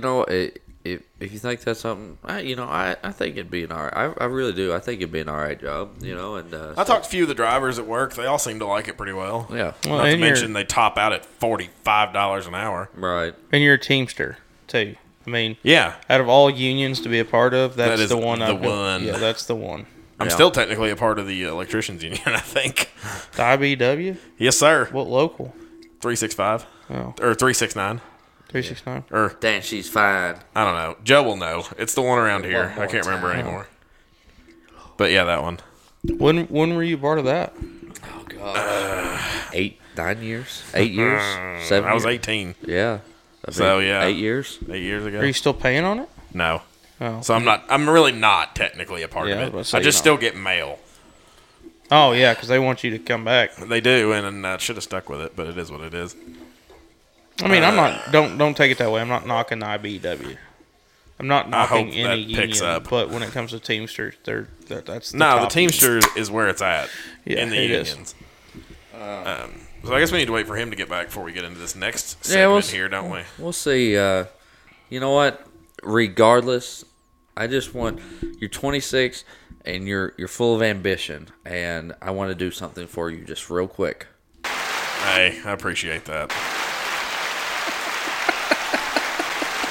[SPEAKER 3] know, i if if you think that's something, I, you know, I, I think it'd be an all right. I, I really do. I think it'd be an all right job. You know, and uh,
[SPEAKER 2] I talked to a few of the drivers at work. They all seem to like it pretty well.
[SPEAKER 3] yeah,
[SPEAKER 4] Well,
[SPEAKER 2] Not to
[SPEAKER 4] and you're-
[SPEAKER 2] mention they top out at forty five dollars an hour.
[SPEAKER 3] right.
[SPEAKER 4] And you're a teamster too. I mean,
[SPEAKER 2] Yeah,
[SPEAKER 4] out of all unions to be a part of, that's
[SPEAKER 2] is
[SPEAKER 4] the one.
[SPEAKER 2] the
[SPEAKER 4] I've been-
[SPEAKER 2] one.
[SPEAKER 4] Yeah, that's the one.
[SPEAKER 2] I'm
[SPEAKER 3] Yeah.
[SPEAKER 2] still technically a part of the uh, electricians union. *laughs* I think.
[SPEAKER 4] The IBW.
[SPEAKER 2] Yes, sir.
[SPEAKER 4] What local?
[SPEAKER 2] Three six five
[SPEAKER 4] Oh,
[SPEAKER 2] or three six nine
[SPEAKER 4] 369.
[SPEAKER 2] or
[SPEAKER 3] Damn, she's fine.
[SPEAKER 2] I don't know. Joe will know. It's the one around here. I
[SPEAKER 3] more
[SPEAKER 2] can't remember anymore. But yeah, that one.
[SPEAKER 4] When when were you part of that?
[SPEAKER 3] Oh God. eight, nine years,
[SPEAKER 2] *laughs*
[SPEAKER 3] eight years, seven.
[SPEAKER 2] I was
[SPEAKER 3] years?
[SPEAKER 2] 18
[SPEAKER 3] Yeah. I
[SPEAKER 2] So, yeah.
[SPEAKER 3] eight years.
[SPEAKER 2] eight years
[SPEAKER 4] Are you
[SPEAKER 2] ago.
[SPEAKER 4] still paying on it?
[SPEAKER 2] No,
[SPEAKER 4] Oh,
[SPEAKER 2] so I'm not. I'm really not technically a part
[SPEAKER 4] Yeah, I was
[SPEAKER 2] of
[SPEAKER 4] about to
[SPEAKER 2] it.
[SPEAKER 4] say,
[SPEAKER 2] I just
[SPEAKER 4] no.
[SPEAKER 2] still get mail.
[SPEAKER 4] oh yeah, because they want you to come back.
[SPEAKER 2] They do, and, and I should have stuck with it, but it is what it is.
[SPEAKER 4] I mean, I'm not. Don't don't take it that way. I'm not knocking the IBW. I'm not knocking
[SPEAKER 2] hope
[SPEAKER 4] any
[SPEAKER 2] that picks
[SPEAKER 4] union,
[SPEAKER 2] up.
[SPEAKER 4] but when it comes to Teamsters, they're that, that's the
[SPEAKER 2] no, the
[SPEAKER 4] top
[SPEAKER 2] Teamster is where it's at
[SPEAKER 4] Yeah,
[SPEAKER 2] in the
[SPEAKER 4] it is.
[SPEAKER 2] unions. Um, so I guess we need to wait for him to get back before we get into this next
[SPEAKER 3] Yeah,
[SPEAKER 2] segment
[SPEAKER 3] we'll s-
[SPEAKER 2] here, don't we?
[SPEAKER 3] We'll see. Uh, you know what? Regardless, I just want you're 26 and you're you're full of ambition, and I want to do something for you just real quick.
[SPEAKER 2] Hey, I appreciate that.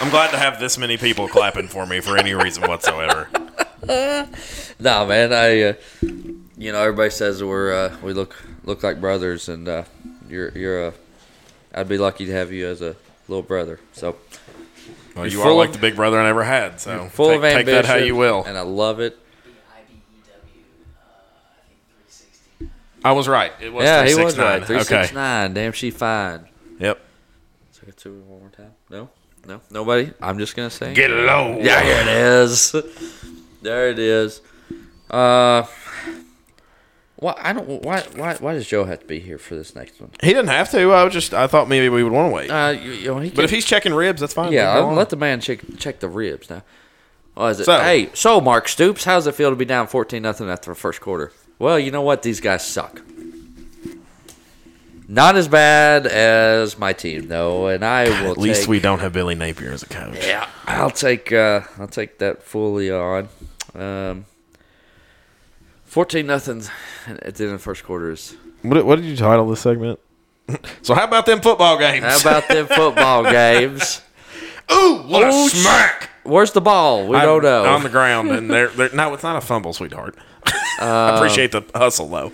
[SPEAKER 2] I'm glad to have this many people clapping for me for any reason whatsoever.
[SPEAKER 3] Nah, man. I, uh, you know, everybody says we're uh, we look look like brothers, and uh, you're you're a. I'd be lucky to have you as a little brother. So
[SPEAKER 2] Well, you
[SPEAKER 3] You're
[SPEAKER 2] are
[SPEAKER 3] full
[SPEAKER 2] like
[SPEAKER 3] of-
[SPEAKER 2] the big brother I never had, so
[SPEAKER 3] full
[SPEAKER 2] take,
[SPEAKER 3] of ambition.
[SPEAKER 2] take that how you will.
[SPEAKER 3] and I love it.
[SPEAKER 2] I was right. It was
[SPEAKER 3] Yeah, he was
[SPEAKER 2] 369.
[SPEAKER 3] right. Three six
[SPEAKER 2] Okay.
[SPEAKER 3] nine. Damn, she fine.
[SPEAKER 2] Yep.
[SPEAKER 3] So I get to it one more time. No, no, nobody. I'm just gonna say.
[SPEAKER 2] Get low.
[SPEAKER 3] Yeah, here it is. *laughs* there it is. Uh, why I don't why why why does Joe have to be here for this next one?
[SPEAKER 2] He didn't have to. I was just I thought maybe we would want to wait.
[SPEAKER 3] Uh, you, you know, he
[SPEAKER 2] but
[SPEAKER 3] can-
[SPEAKER 2] if he's checking ribs, that's fine.
[SPEAKER 3] yeah,
[SPEAKER 2] Go
[SPEAKER 3] I'll
[SPEAKER 2] on.
[SPEAKER 3] let the man check check the ribs now. What is it?
[SPEAKER 2] So-
[SPEAKER 3] hey, so Mark Stoops, how's it feel to be down fourteen nothing after the first quarter? Well, you know what? These guys suck. Not as bad as my team though, and I will.
[SPEAKER 2] At least
[SPEAKER 3] take-
[SPEAKER 2] we don't have Billy Napier as a coach.
[SPEAKER 3] Yeah, I'll take uh, I'll take that fully on. Um, Fourteen nothing at the end of the first quarter is.
[SPEAKER 2] What, what did you title this segment? *laughs* so how about them football games?
[SPEAKER 3] How
[SPEAKER 2] *laughs*
[SPEAKER 3] about them football games?
[SPEAKER 2] Ooh, what
[SPEAKER 3] Oh,
[SPEAKER 2] a
[SPEAKER 3] sh-
[SPEAKER 2] smack!
[SPEAKER 3] Where's the ball? We
[SPEAKER 2] I-
[SPEAKER 3] don't know.
[SPEAKER 2] On the ground, and they're, they're no, it's not a fumble, sweetheart. *laughs* I appreciate the hustle though.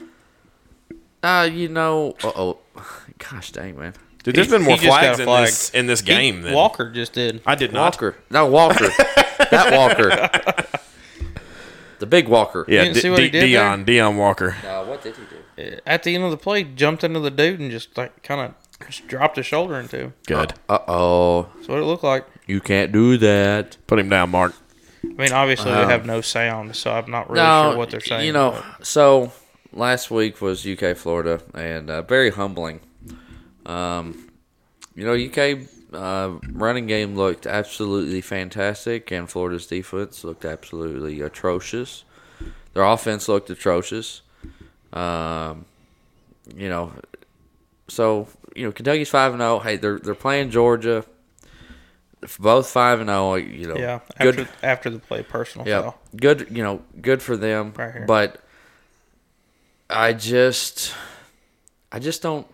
[SPEAKER 3] uh, you know. Uh oh, gosh dang man,
[SPEAKER 2] Dude, there's
[SPEAKER 4] he-
[SPEAKER 2] been more
[SPEAKER 4] he just got
[SPEAKER 2] flags
[SPEAKER 4] a
[SPEAKER 2] in
[SPEAKER 4] flag.
[SPEAKER 2] this in this
[SPEAKER 4] He-
[SPEAKER 2] game than
[SPEAKER 4] Walker just did.
[SPEAKER 2] I did not.
[SPEAKER 3] Walker. No *laughs* Walker. that Walker. The big Walker.
[SPEAKER 2] Yeah,
[SPEAKER 4] didn't see what he did there?
[SPEAKER 2] Dion Dion Walker.
[SPEAKER 3] Uh, what did he do?
[SPEAKER 4] At the end of the play, jumped into the dude and just like kind of just dropped his shoulder into. him.
[SPEAKER 2] Good.
[SPEAKER 3] Uh oh,
[SPEAKER 4] That's what it looked like.
[SPEAKER 3] you can't do that.
[SPEAKER 2] Put him down, Mark.
[SPEAKER 4] I mean, obviously
[SPEAKER 2] Uh-huh.
[SPEAKER 4] they have no sound, so I'm not really sure what they're saying.
[SPEAKER 3] You know, so last week was UK Florida, and uh, very humbling. Um, you know, UK uh, running game looked absolutely fantastic, and Florida's defense looked absolutely atrocious. Their offense looked atrocious. Um, you know, so you know Kentucky's five and zero. Hey, they're they're playing Georgia. Both five and zero. You know,
[SPEAKER 4] but- yeah, after
[SPEAKER 3] good
[SPEAKER 4] after the play, personal
[SPEAKER 3] yeah,
[SPEAKER 4] foul.
[SPEAKER 3] good. You know, good for them.
[SPEAKER 4] Right here.
[SPEAKER 3] But I just, I just don't.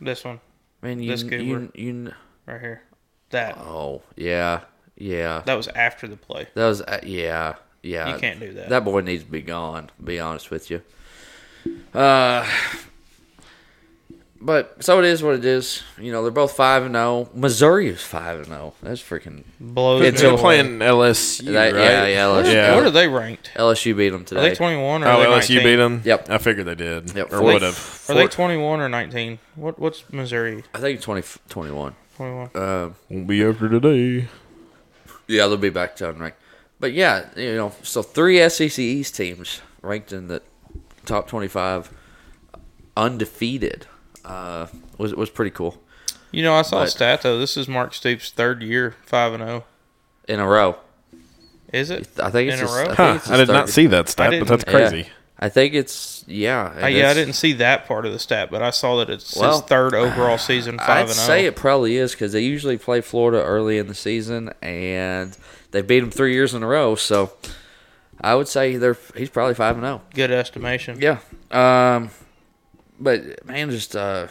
[SPEAKER 4] This one
[SPEAKER 3] I mean, you,
[SPEAKER 4] This
[SPEAKER 3] you,
[SPEAKER 4] could
[SPEAKER 3] you,
[SPEAKER 4] work. right here, that
[SPEAKER 3] Oh yeah, yeah.
[SPEAKER 4] that was after the play.
[SPEAKER 3] That was uh, yeah, yeah.
[SPEAKER 4] You can't do that.
[SPEAKER 3] That boy needs to be gone. To be honest with you. Uh, but so it is what it is. You know, they're both five and zero. Missouri is five and zero. That's freaking.
[SPEAKER 4] Blows
[SPEAKER 3] It's
[SPEAKER 4] me
[SPEAKER 2] They're
[SPEAKER 3] a-
[SPEAKER 4] away.
[SPEAKER 2] playing LSU, right?
[SPEAKER 3] That- yeah, yeah,
[SPEAKER 4] What
[SPEAKER 3] LSU.
[SPEAKER 4] are,
[SPEAKER 2] Yeah.
[SPEAKER 4] what are they ranked?
[SPEAKER 3] LSU beat them
[SPEAKER 4] Are they
[SPEAKER 3] today.
[SPEAKER 4] 21 or
[SPEAKER 2] Oh,
[SPEAKER 4] are they
[SPEAKER 2] LSU
[SPEAKER 4] 19?
[SPEAKER 2] beat them.
[SPEAKER 3] Yep.
[SPEAKER 2] I figured they did.
[SPEAKER 3] Yep,
[SPEAKER 2] Or
[SPEAKER 3] four-
[SPEAKER 2] would have.
[SPEAKER 4] Are they 21 or 19? What what's Missouri?
[SPEAKER 3] I think 20, 21.
[SPEAKER 4] 21.
[SPEAKER 2] Won't be after today.
[SPEAKER 3] Yeah, they'll be back to unranked. But yeah, you know, so three SEC East teams ranked in the top twenty-five, undefeated, uh, was was pretty cool
[SPEAKER 4] You know, I saw a
[SPEAKER 3] But-
[SPEAKER 4] stat though. This is Mark Stoops' third year, five and zero.
[SPEAKER 3] in a row.
[SPEAKER 4] Is it?
[SPEAKER 3] I think it's
[SPEAKER 4] in
[SPEAKER 3] his-
[SPEAKER 4] a row.
[SPEAKER 3] I think
[SPEAKER 2] Huh,
[SPEAKER 3] it's
[SPEAKER 2] I
[SPEAKER 3] his
[SPEAKER 2] did not
[SPEAKER 3] third.
[SPEAKER 2] see that
[SPEAKER 4] I
[SPEAKER 2] stat, but
[SPEAKER 4] didn't-
[SPEAKER 2] that's
[SPEAKER 4] yeah.
[SPEAKER 2] crazy.
[SPEAKER 3] I think it's yeah.
[SPEAKER 4] Uh,
[SPEAKER 3] it
[SPEAKER 4] yeah, I
[SPEAKER 3] is-
[SPEAKER 4] didn't see that part of the stat, but I saw that it's
[SPEAKER 3] Well,
[SPEAKER 4] his third overall season,
[SPEAKER 3] I'd
[SPEAKER 4] five and oh.
[SPEAKER 3] say
[SPEAKER 4] zero.
[SPEAKER 3] it probably is because they usually play Florida early in the season, and they beat them three years in a row. So I would say they're he's probably five and oh. zero.
[SPEAKER 4] Good estimation.
[SPEAKER 3] Yeah. Um, but man, just uh,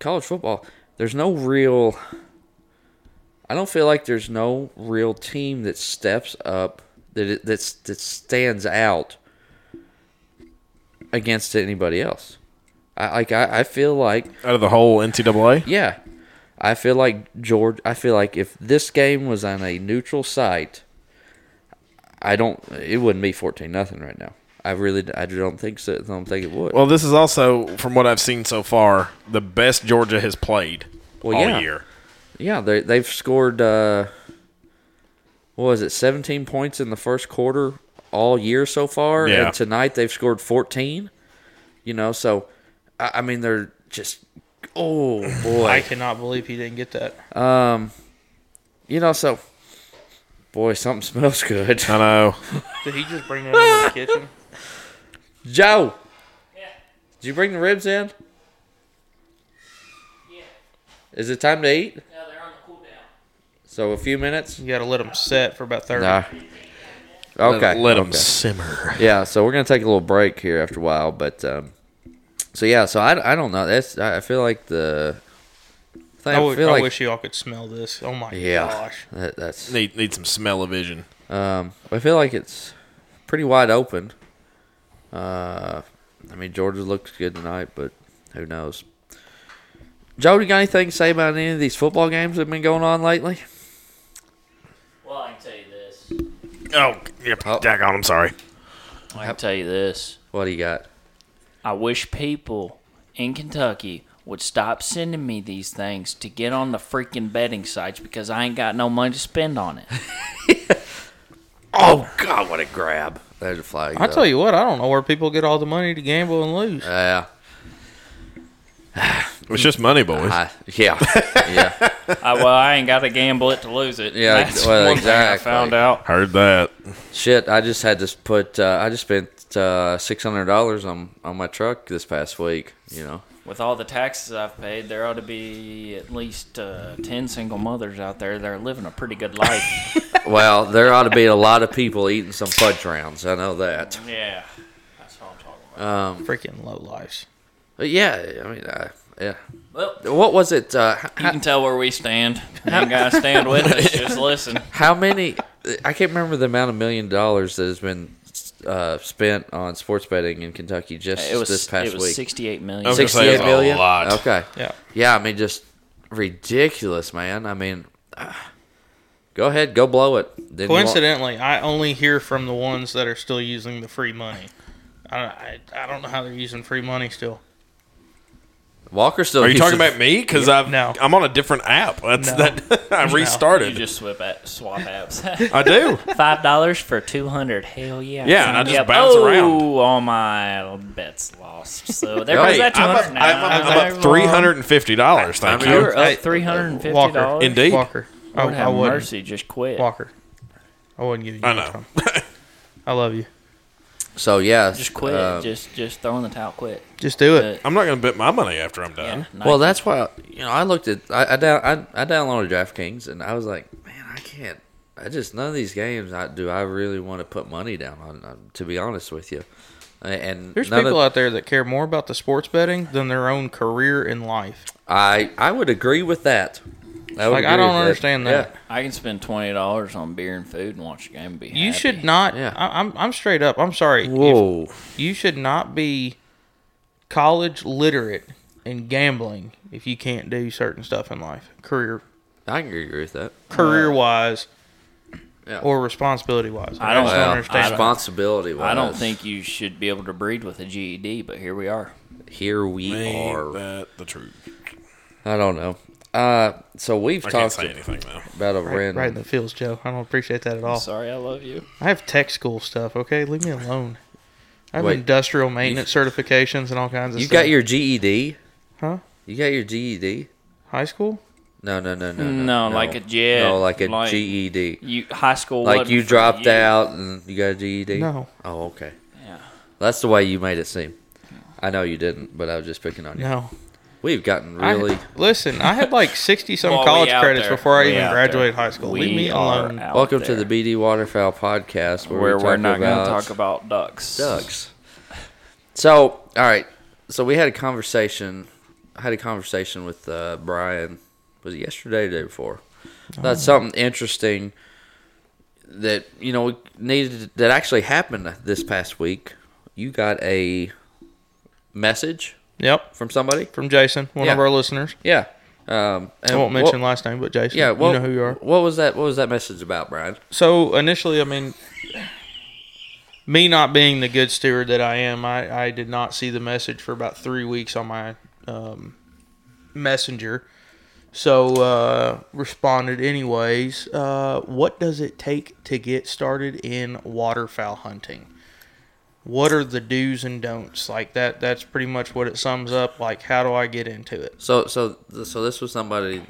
[SPEAKER 3] college football. There's no real. I don't feel like there's no real team that steps up that it- that's that stands out against anybody else. I like. I, I feel like
[SPEAKER 2] Out of the whole NCAA,
[SPEAKER 3] yeah. I feel like George. I feel like if this game was on a neutral site, I don't. It wouldn't be fourteen nothing right now. I really. d- I don't think so. I don't think it would.
[SPEAKER 2] well, this is also from what I've seen so far the best Georgia has played
[SPEAKER 3] Well,
[SPEAKER 2] all
[SPEAKER 3] yeah.
[SPEAKER 2] year.
[SPEAKER 3] yeah, they they've scored. Uh, what was it? Seventeen points in the first quarter all year so far,
[SPEAKER 2] Yeah.
[SPEAKER 3] and tonight they've scored fourteen. You know, so I, I mean, they're just. Oh boy!
[SPEAKER 4] I cannot believe he didn't get that.
[SPEAKER 3] *laughs* you know, so boy, something smells good.
[SPEAKER 2] I know.
[SPEAKER 4] Did he just bring that into the kitchen?
[SPEAKER 3] *laughs* Joe. Did you bring the ribs in? Is it time to eat? So a few minutes.
[SPEAKER 4] You got to let him set for about thirty.
[SPEAKER 3] Nah. Okay.
[SPEAKER 2] Let them
[SPEAKER 3] okay.
[SPEAKER 2] simmer.
[SPEAKER 3] Yeah. So we're gonna take a little break here after a while, but um, so yeah. So I, I don't know. That's I I feel like the. I, think,
[SPEAKER 4] I,
[SPEAKER 3] I
[SPEAKER 4] w-
[SPEAKER 3] feel
[SPEAKER 4] I
[SPEAKER 3] like
[SPEAKER 4] wish y'all could smell this. Oh my
[SPEAKER 3] yeah.
[SPEAKER 4] gosh!
[SPEAKER 3] That, that's
[SPEAKER 2] Need, need some smell of vision.
[SPEAKER 3] Um, I feel like it's pretty wide open. Uh, I mean, Georgia looks good tonight, but who knows? Joe, you got anything to say about any of these football games that have been going on lately?
[SPEAKER 1] Well, I can tell you this.
[SPEAKER 2] Oh, yep.
[SPEAKER 3] Oh.
[SPEAKER 2] Daggone, I'm sorry.
[SPEAKER 1] I can tell you this.
[SPEAKER 3] What do you got?
[SPEAKER 1] I wish people in Kentucky would stop sending me these things to get on the freaking betting sites because I ain't got no money to spend on it.
[SPEAKER 3] *laughs* Oh God, what a grab! There's a flag.
[SPEAKER 4] I tell you what, I don't know where people get all the money to gamble and lose.
[SPEAKER 3] yeah,
[SPEAKER 2] It's just money, boys.
[SPEAKER 3] I, yeah, *laughs* yeah,
[SPEAKER 1] I, well, I ain't got to gamble it to lose it.
[SPEAKER 3] Yeah,
[SPEAKER 1] That's
[SPEAKER 3] well,
[SPEAKER 1] one thing I
[SPEAKER 3] exactly.
[SPEAKER 1] found out.
[SPEAKER 2] Heard that.
[SPEAKER 3] shit. I just had to put. Uh, I just spent uh, six hundred dollars on on my truck this past week.
[SPEAKER 1] *laughs*
[SPEAKER 3] You know.
[SPEAKER 1] With all the taxes I've paid, there ought to be at least uh, 10 single mothers out there that are living a pretty good
[SPEAKER 3] *laughs*
[SPEAKER 1] life.
[SPEAKER 3] Well, there ought to be a lot of people eating some fudge rounds. I know that.
[SPEAKER 1] yeah. That's what I'm talking about.
[SPEAKER 4] Freaking low lives.
[SPEAKER 3] But yeah, I mean, I, yeah.
[SPEAKER 1] Well,
[SPEAKER 3] What was it? Uh, h-
[SPEAKER 1] you can tell where we stand. You
[SPEAKER 3] *laughs*
[SPEAKER 1] ain't got to stand with us. Just listen.
[SPEAKER 3] how many? I can't remember the amount of million dollars that has been uh, spent on sports betting in Kentucky just
[SPEAKER 1] It was
[SPEAKER 3] this past
[SPEAKER 1] it was
[SPEAKER 3] week.
[SPEAKER 1] 68 million.
[SPEAKER 2] I was gonna say,
[SPEAKER 3] Sixty-eight
[SPEAKER 2] that's a
[SPEAKER 3] million.
[SPEAKER 2] lot.
[SPEAKER 3] Okay.
[SPEAKER 4] Yeah.
[SPEAKER 3] Yeah, I mean, just ridiculous, man. I mean, ah. go ahead, go blow it. Then you won't-
[SPEAKER 4] Coincidentally, I only hear from the ones that are still using the free money. I, I, I don't know how they're using free money still.
[SPEAKER 3] Walker
[SPEAKER 4] Oh,
[SPEAKER 3] still.
[SPEAKER 2] Are you
[SPEAKER 3] uses-
[SPEAKER 2] talking about me? Because I've
[SPEAKER 4] No.
[SPEAKER 2] I'm on a different app. That's
[SPEAKER 4] No.
[SPEAKER 2] that *laughs* I
[SPEAKER 1] You
[SPEAKER 2] restarted.
[SPEAKER 1] just swap, at, swap apps. *laughs*
[SPEAKER 2] I
[SPEAKER 4] *laughs*
[SPEAKER 2] do.
[SPEAKER 1] Five dollars for two hundred. Hell yeah!
[SPEAKER 2] Yeah,
[SPEAKER 1] Sign
[SPEAKER 2] and I
[SPEAKER 1] me
[SPEAKER 2] just
[SPEAKER 1] up.
[SPEAKER 2] bounce
[SPEAKER 1] oh,
[SPEAKER 2] around.
[SPEAKER 1] all my bets lost. So there
[SPEAKER 3] Hey,
[SPEAKER 1] goes that two
[SPEAKER 2] I'm
[SPEAKER 1] hundred
[SPEAKER 2] up,
[SPEAKER 1] now.
[SPEAKER 2] I'm up, I'm up
[SPEAKER 1] Everyone.
[SPEAKER 2] three hundred and fifty dollars. Thank
[SPEAKER 3] I
[SPEAKER 1] You
[SPEAKER 2] you.
[SPEAKER 1] were up
[SPEAKER 4] Hey,
[SPEAKER 1] three hundred and fifty
[SPEAKER 4] Walker.
[SPEAKER 1] dollars.
[SPEAKER 2] Indeed.
[SPEAKER 4] Walker. I,
[SPEAKER 1] Lord
[SPEAKER 4] I
[SPEAKER 1] have
[SPEAKER 4] wouldn't.
[SPEAKER 1] mercy. Just quit.
[SPEAKER 4] Walker. I wouldn't give you
[SPEAKER 2] I
[SPEAKER 4] your
[SPEAKER 2] know.
[SPEAKER 4] time. I love you.
[SPEAKER 3] So yeah,
[SPEAKER 1] Just quit.
[SPEAKER 4] Um,
[SPEAKER 3] uh,
[SPEAKER 1] just just throw in the towel. Quit.
[SPEAKER 4] Just do
[SPEAKER 1] Uh,
[SPEAKER 4] it.
[SPEAKER 2] I'm not going to bet my money after I'm
[SPEAKER 1] Yeah,
[SPEAKER 2] done.
[SPEAKER 4] um,
[SPEAKER 1] nice.
[SPEAKER 3] Well, that's why you know I looked at I I, down, I I downloaded DraftKings and I was like, man, I can't. I just none of these games I do. I really want to put money down on. uh, To be honest with you, A- and
[SPEAKER 4] There's
[SPEAKER 3] none of-
[SPEAKER 4] people out there that care more about the sports betting than their own career in life.
[SPEAKER 3] I I would agree with that. I would
[SPEAKER 4] Like, I
[SPEAKER 3] agree
[SPEAKER 4] don't
[SPEAKER 3] with
[SPEAKER 4] understand that.
[SPEAKER 1] I can spend twenty dollars on beer and food and watch the game. And be
[SPEAKER 4] You
[SPEAKER 1] happy.
[SPEAKER 4] should not.
[SPEAKER 3] Yeah.
[SPEAKER 4] I, I'm, I'm straight up. I'm sorry.
[SPEAKER 3] Yeah.
[SPEAKER 4] If-
[SPEAKER 3] Whoa,
[SPEAKER 4] you should not be college literate in gambling if you can't do certain stuff in life, career
[SPEAKER 3] I can agree with that.
[SPEAKER 4] career wise,
[SPEAKER 3] Yeah.
[SPEAKER 4] or responsibility wise.
[SPEAKER 1] I don't-
[SPEAKER 4] just
[SPEAKER 1] Well,
[SPEAKER 4] don't
[SPEAKER 1] I
[SPEAKER 4] understand.
[SPEAKER 1] don't-
[SPEAKER 3] responsibility.
[SPEAKER 1] I don't
[SPEAKER 3] wise,
[SPEAKER 1] think you should be able to breed with a GED, but here we are.
[SPEAKER 3] here we
[SPEAKER 2] Ain't
[SPEAKER 3] are.
[SPEAKER 2] that the truth?
[SPEAKER 3] I don't know. Uh, so we've
[SPEAKER 2] I can't
[SPEAKER 3] talked
[SPEAKER 2] say anything though.
[SPEAKER 3] about a
[SPEAKER 4] Right,
[SPEAKER 3] random.
[SPEAKER 4] right in the feels, Joe. I don't appreciate that at all.
[SPEAKER 1] Sorry, I love you.
[SPEAKER 4] I have tech school stuff. Okay, leave me alone. I have
[SPEAKER 3] Wait,
[SPEAKER 1] *laughs*
[SPEAKER 4] industrial maintenance certifications and all kinds of.
[SPEAKER 3] You
[SPEAKER 4] stuff.
[SPEAKER 3] got your E GED?
[SPEAKER 4] Huh?
[SPEAKER 3] You got your GED?
[SPEAKER 4] high school?
[SPEAKER 3] No, no, no, no,
[SPEAKER 1] No, like a jet,
[SPEAKER 3] No, like a
[SPEAKER 1] like-
[SPEAKER 3] GED.
[SPEAKER 1] You high school
[SPEAKER 3] Like
[SPEAKER 1] wasn't
[SPEAKER 3] you
[SPEAKER 1] for
[SPEAKER 3] dropped
[SPEAKER 1] you.
[SPEAKER 3] out and you got a GED?
[SPEAKER 4] No.
[SPEAKER 3] Oh, okay.
[SPEAKER 1] Yeah.
[SPEAKER 3] That's the way you made it seem. I know you didn't, but I was just picking on you.
[SPEAKER 4] No.
[SPEAKER 3] We've gotten
[SPEAKER 4] I-
[SPEAKER 3] really.
[SPEAKER 4] listen, I had
[SPEAKER 1] *laughs*
[SPEAKER 4] like sixty some
[SPEAKER 1] Well, we
[SPEAKER 4] college
[SPEAKER 1] out
[SPEAKER 4] credits
[SPEAKER 1] there.
[SPEAKER 4] before I
[SPEAKER 1] We
[SPEAKER 4] even
[SPEAKER 1] out
[SPEAKER 4] graduated
[SPEAKER 1] there.
[SPEAKER 4] high school.
[SPEAKER 1] We
[SPEAKER 4] leave me
[SPEAKER 1] are
[SPEAKER 4] alone.
[SPEAKER 1] out
[SPEAKER 3] Welcome
[SPEAKER 1] there.
[SPEAKER 3] to the BD Waterfowl podcast, where,
[SPEAKER 1] where
[SPEAKER 3] we
[SPEAKER 1] we're not going
[SPEAKER 3] about
[SPEAKER 1] to talk about ducks.
[SPEAKER 3] ducks. So, all right. So we had a conversation. I had a conversation with uh, Brian. Was it yesterday or the day before? That's something interesting that you know we needed that actually happened this past week. You got a message
[SPEAKER 4] Yep.
[SPEAKER 3] from somebody.
[SPEAKER 4] From Jason, one of
[SPEAKER 3] Yeah.
[SPEAKER 4] our listeners.
[SPEAKER 3] Yeah. Um, and
[SPEAKER 4] I won't
[SPEAKER 3] what-
[SPEAKER 4] mention last name, but Jason.
[SPEAKER 3] Yeah. What,
[SPEAKER 4] you know who you are.
[SPEAKER 3] What was that? What was that message about, Brian?
[SPEAKER 4] So initially, I mean, me not being the good steward that I am, I, I did not see the message for about three weeks on my um, messenger. So uh, responded anyways. Uh, what does it take to get started in waterfowl hunting? What are the do's and don'ts? Like that. That's pretty much what it sums up. Like, how do I get into it?
[SPEAKER 3] So, so, so this was somebody.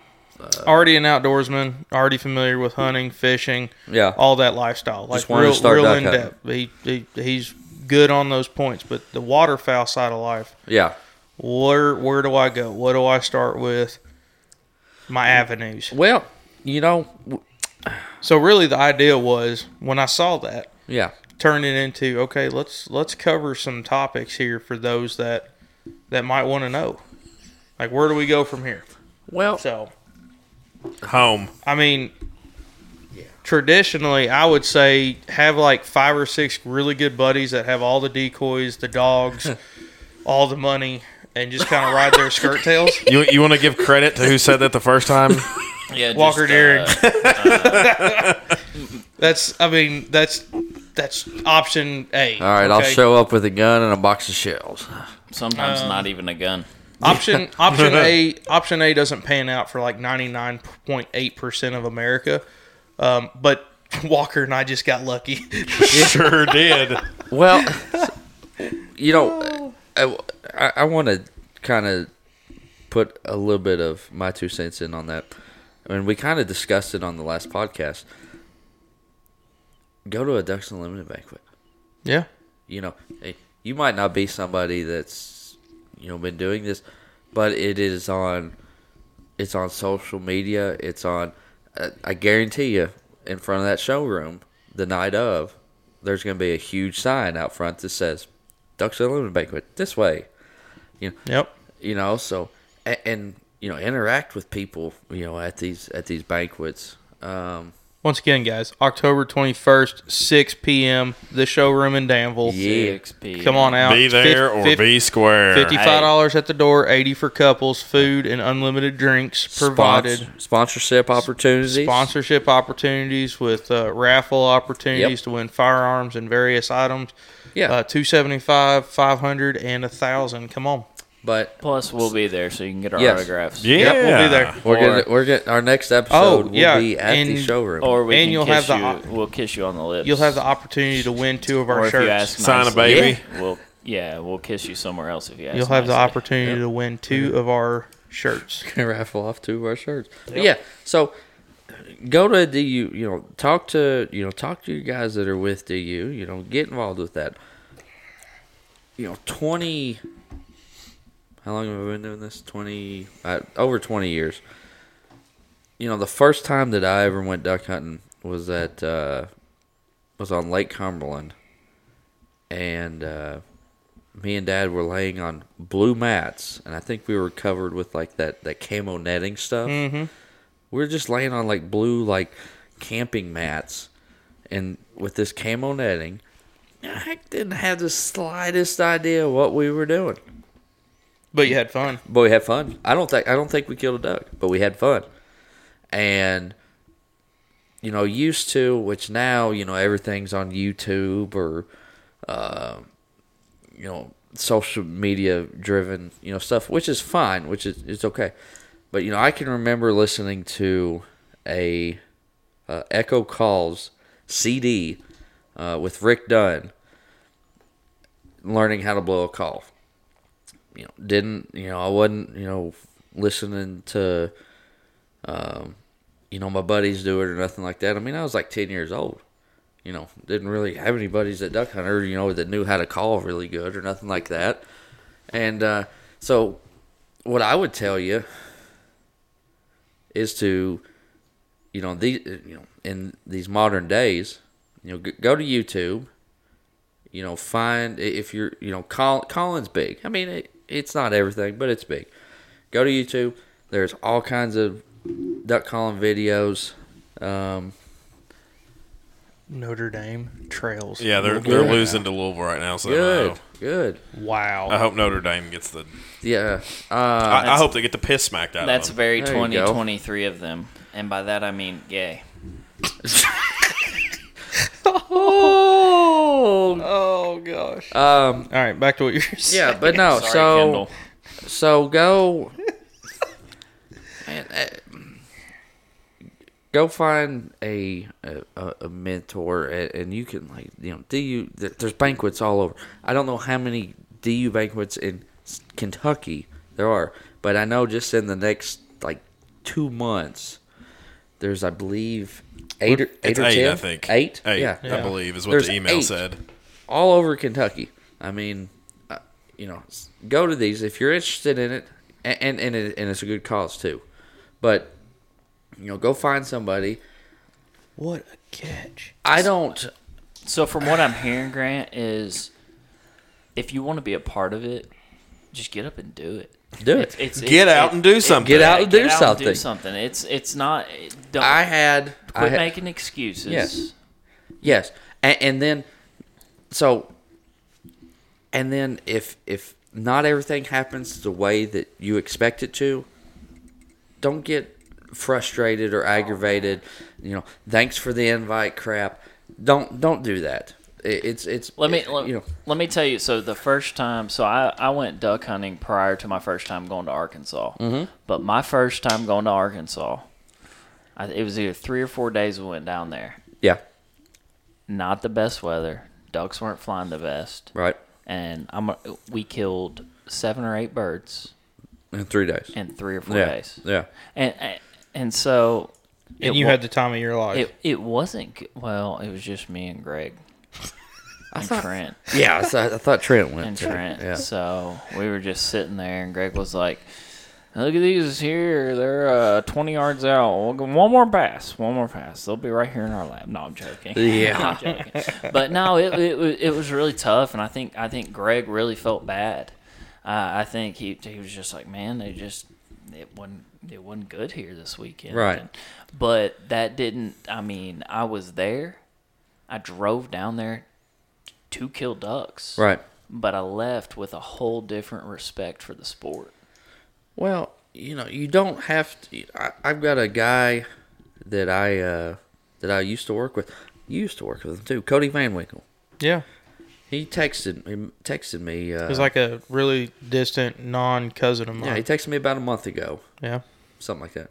[SPEAKER 4] already an outdoorsman, already familiar with hunting, fishing,
[SPEAKER 3] Yeah.
[SPEAKER 4] all that lifestyle. Like
[SPEAKER 3] Just wanted to
[SPEAKER 4] real,
[SPEAKER 3] start
[SPEAKER 4] real
[SPEAKER 3] duck
[SPEAKER 4] in
[SPEAKER 3] hunting.
[SPEAKER 4] depth. He, he he's good on those points, but the waterfowl side of life,
[SPEAKER 3] Yeah.
[SPEAKER 4] where where do I go? What do I start with? My avenues.
[SPEAKER 3] Well, you know. w-
[SPEAKER 4] So really, the idea was when I saw that,
[SPEAKER 3] Yeah.
[SPEAKER 4] turn it into okay, let's let's cover some topics here for those that that might want to know. Like where do we go from here?
[SPEAKER 3] Well,
[SPEAKER 4] So
[SPEAKER 2] Home.
[SPEAKER 4] I mean, traditionally, I would say have like five or six really good buddies that have all the decoys, the
[SPEAKER 3] *laughs*
[SPEAKER 4] dogs, all the money, and just kind of ride their skirt tails.
[SPEAKER 2] You you want to give credit to who said that the first
[SPEAKER 4] *laughs*
[SPEAKER 2] time?
[SPEAKER 1] Yeah, just,
[SPEAKER 4] Walker Deering.
[SPEAKER 1] uh,
[SPEAKER 4] That's, I mean, that's that's option A.
[SPEAKER 3] All right, I'll show up with a gun and a box of shells.
[SPEAKER 1] *laughs* Sometimes
[SPEAKER 4] Uh,
[SPEAKER 1] not even a gun.
[SPEAKER 3] *laughs*
[SPEAKER 4] Option option A option A doesn't pan out for like ninety nine point eight percent of America, um, but *laughs* Walker and I just got
[SPEAKER 3] *laughs*
[SPEAKER 4] lucky.
[SPEAKER 2] sure did.
[SPEAKER 3] Well, you know, I, I, want to kind of put a little bit of my two cents in on that. I mean, we kind of discussed it on the last podcast. Go to a Ducks Unlimited banquet.
[SPEAKER 4] yeah,
[SPEAKER 3] You know, eh, you might not be somebody that's you know been doing this, but it is on. It's on social media. It's on. I- I guarantee you, in front of that showroom, the night of, there's going to be a huge sign out front that says "Ducks Unlimited Banquet" this way.
[SPEAKER 4] yep.
[SPEAKER 3] You know, so and, and you know, interact with people. You know, at these at these banquets. Um,
[SPEAKER 4] Once again, guys, October 21st, 6 p.m., the showroom in Danville.
[SPEAKER 3] Yeah.
[SPEAKER 1] EXP.
[SPEAKER 4] Come on out.
[SPEAKER 2] Be there or
[SPEAKER 4] Fif-
[SPEAKER 2] be square.
[SPEAKER 4] $55 at the door, 80 for couples, food and unlimited drinks provided.
[SPEAKER 3] spons- sponsorship opportunities.
[SPEAKER 4] Sponsorship opportunities with uh, raffle opportunities
[SPEAKER 3] Yep.
[SPEAKER 4] to win firearms and various items.
[SPEAKER 3] Yeah.
[SPEAKER 4] Uh, 275, 500 and 1000. Come on.
[SPEAKER 3] but
[SPEAKER 1] Plus, we'll be there so you can get our
[SPEAKER 3] Yes.
[SPEAKER 1] autographs.
[SPEAKER 2] Yeah,
[SPEAKER 4] Yep, we'll be there.
[SPEAKER 3] We're
[SPEAKER 1] Or-
[SPEAKER 3] gonna, we're gonna, our next episode will
[SPEAKER 4] Oh, yeah,
[SPEAKER 3] be at
[SPEAKER 4] and- oh.
[SPEAKER 3] the showroom.
[SPEAKER 1] Or we
[SPEAKER 4] And
[SPEAKER 1] can
[SPEAKER 4] you'll
[SPEAKER 1] kiss
[SPEAKER 4] have the
[SPEAKER 1] you.
[SPEAKER 4] op-
[SPEAKER 1] we'll kiss you on the lips.
[SPEAKER 4] You'll have the opportunity to win two of our
[SPEAKER 1] or if
[SPEAKER 4] shirts.
[SPEAKER 1] you ask
[SPEAKER 2] Sign a
[SPEAKER 1] nicely,
[SPEAKER 2] baby.
[SPEAKER 1] We'll yeah, we'll kiss you somewhere else if you ask.
[SPEAKER 4] You'll have the
[SPEAKER 1] nicely.
[SPEAKER 4] opportunity to win two of our shirts.
[SPEAKER 3] *laughs* gonna raffle off two of our shirts. But yeah, so go to DU. You know, talk to you know, talk to you guys that are with DU. You know, get involved with that. You know, twenty. How long have I been doing this? Twenty uh, over twenty years. You know, the first time that I ever went duck hunting was at uh, was on Lake Cumberland, and. uh me and dad were laying on blue mats and i think we were covered with like that that camo netting stuff mm-hmm. we were just laying on like blue like camping mats and with this camo netting i didn't have the slightest idea what we were doing
[SPEAKER 4] But you had fun.
[SPEAKER 3] but we had fun i don't think i don't think we killed a duck but we had fun and you know used to which now you know everything's on youtube or um, you know social media driven you know stuff which is fine which is it's okay But you know, I can remember listening to a uh, Echo Calls CD uh, with Rick Dunn, learning how to blow a call. You know, didn't you know? I wasn't you know listening to, um, you know, my buddies do it or nothing like that. I mean, I was like ten years old. You know, didn't really have any buddies that duck hunter. You know, that knew how to call really good or nothing like that. And uh, so, what I would tell you is to, you know, these, you know, in these modern days, you know, g- go to YouTube, you know, find i- if you're, you know, call, calling's big. I mean, it, it's not everything, but it's big. Go to YouTube. There's all kinds of duck calling videos. Um,
[SPEAKER 4] Notre Dame trails.
[SPEAKER 2] Yeah, they're
[SPEAKER 4] We'll
[SPEAKER 2] they're
[SPEAKER 4] go
[SPEAKER 2] losing to Louisville right now. So
[SPEAKER 3] good,
[SPEAKER 2] I, hope-
[SPEAKER 3] good.
[SPEAKER 4] Wow.
[SPEAKER 2] I hope Notre Dame gets the.
[SPEAKER 3] Yeah. Uh,
[SPEAKER 2] I, I hope they get the piss smacked out
[SPEAKER 1] That's
[SPEAKER 2] of them.
[SPEAKER 1] very
[SPEAKER 3] There you go.
[SPEAKER 1] 2023 of them. And by that I mean gay.
[SPEAKER 3] oh.
[SPEAKER 4] oh gosh.
[SPEAKER 3] Um,
[SPEAKER 4] All right, back to what you're saying.
[SPEAKER 3] *laughs* yeah, but
[SPEAKER 1] *laughs*
[SPEAKER 3] no.
[SPEAKER 1] Sorry,
[SPEAKER 3] so.
[SPEAKER 1] Kendall.
[SPEAKER 3] So
[SPEAKER 2] *laughs*
[SPEAKER 3] go, man, eh, go find a a- a, a mentor, a- and you can like you know DU. there- There's banquets all over. I don't know how many DU banquets in s- Kentucky there are, but I know just in the next like two months, there's I believe eight or
[SPEAKER 2] It's
[SPEAKER 3] eight or
[SPEAKER 2] eight,
[SPEAKER 3] ten.
[SPEAKER 2] I think.
[SPEAKER 3] Eight.
[SPEAKER 2] Eight,
[SPEAKER 3] Yeah
[SPEAKER 2] I believe is what
[SPEAKER 3] There's
[SPEAKER 2] the email
[SPEAKER 3] eight.
[SPEAKER 2] said.
[SPEAKER 3] all over Kentucky. I mean, uh, you know, s- go to these if you're interested in it, and and and, it, and it's a good cause too. But you know, go find somebody.
[SPEAKER 4] What a catch.
[SPEAKER 3] I don't.
[SPEAKER 1] So from what I'm hearing, Grant, is if you want to be a part of it, just get up and do it.
[SPEAKER 3] Do
[SPEAKER 1] It's,
[SPEAKER 3] it.
[SPEAKER 1] it's,
[SPEAKER 2] Get out and do something.
[SPEAKER 3] Get out and do
[SPEAKER 1] Get out and
[SPEAKER 3] something.
[SPEAKER 1] do something. It's it's not. Don't
[SPEAKER 3] I had. I
[SPEAKER 1] quit
[SPEAKER 3] had
[SPEAKER 1] making excuses.
[SPEAKER 3] Yes. yes, and, and then so, and then if if not everything happens the way that you expect it to, don't get frustrated or aggravated. You know, thanks for the invite, crap. Don't don't do that. It, it's it's.
[SPEAKER 1] Let me let,
[SPEAKER 3] you know.
[SPEAKER 1] let me tell you. So the first time, so I, I went duck hunting prior to my first time going to Arkansas. Mm-hmm. But my first time going to Arkansas, I, it was either three or four days we went down there.
[SPEAKER 3] Yeah.
[SPEAKER 1] Not the best weather. Ducks weren't flying the best.
[SPEAKER 3] Right.
[SPEAKER 1] and I'm a, we killed seven or eight birds
[SPEAKER 3] In three days.
[SPEAKER 1] in three or four
[SPEAKER 3] Yeah.
[SPEAKER 1] days.
[SPEAKER 3] Yeah.
[SPEAKER 1] And and- and so
[SPEAKER 4] And
[SPEAKER 1] it
[SPEAKER 4] you
[SPEAKER 1] wa-
[SPEAKER 4] had the time of your life.
[SPEAKER 1] it it wasn't g- well. It was just me and Greg and Trent
[SPEAKER 3] Yeah. I thought, I thought Trent went.
[SPEAKER 1] and
[SPEAKER 3] too.
[SPEAKER 1] Trent.
[SPEAKER 3] Yeah.
[SPEAKER 1] So we were just sitting there, and Greg was like. Look at these here. They're uh, 20 yards out. We'll go- One more pass. One more pass. They'll be right here in our lap. No, I'm joking. *laughs*
[SPEAKER 3] Yeah.
[SPEAKER 1] I'm joking. But no, it, it wa- it was really tough, and I think I think Greg really felt bad. Uh, I think he he was just like, man, they just it wasn't it wasn't good here this weekend,
[SPEAKER 3] Right.
[SPEAKER 1] but that didn't. I mean, I was there. I drove down there to kill ducks,
[SPEAKER 3] Right.
[SPEAKER 1] But I left with a whole different respect for the sport.
[SPEAKER 3] Well, you know, you don't have to. I, I've got a guy that I uh, that I used to work with. You used to work with him too, Cody Van Winkle.
[SPEAKER 4] yeah.
[SPEAKER 3] He texted he texted me. Uh,
[SPEAKER 4] It was like a really distant non cousin of
[SPEAKER 3] yeah, he
[SPEAKER 4] mine.
[SPEAKER 3] texted me about a month ago,
[SPEAKER 4] Yeah.
[SPEAKER 3] something like that.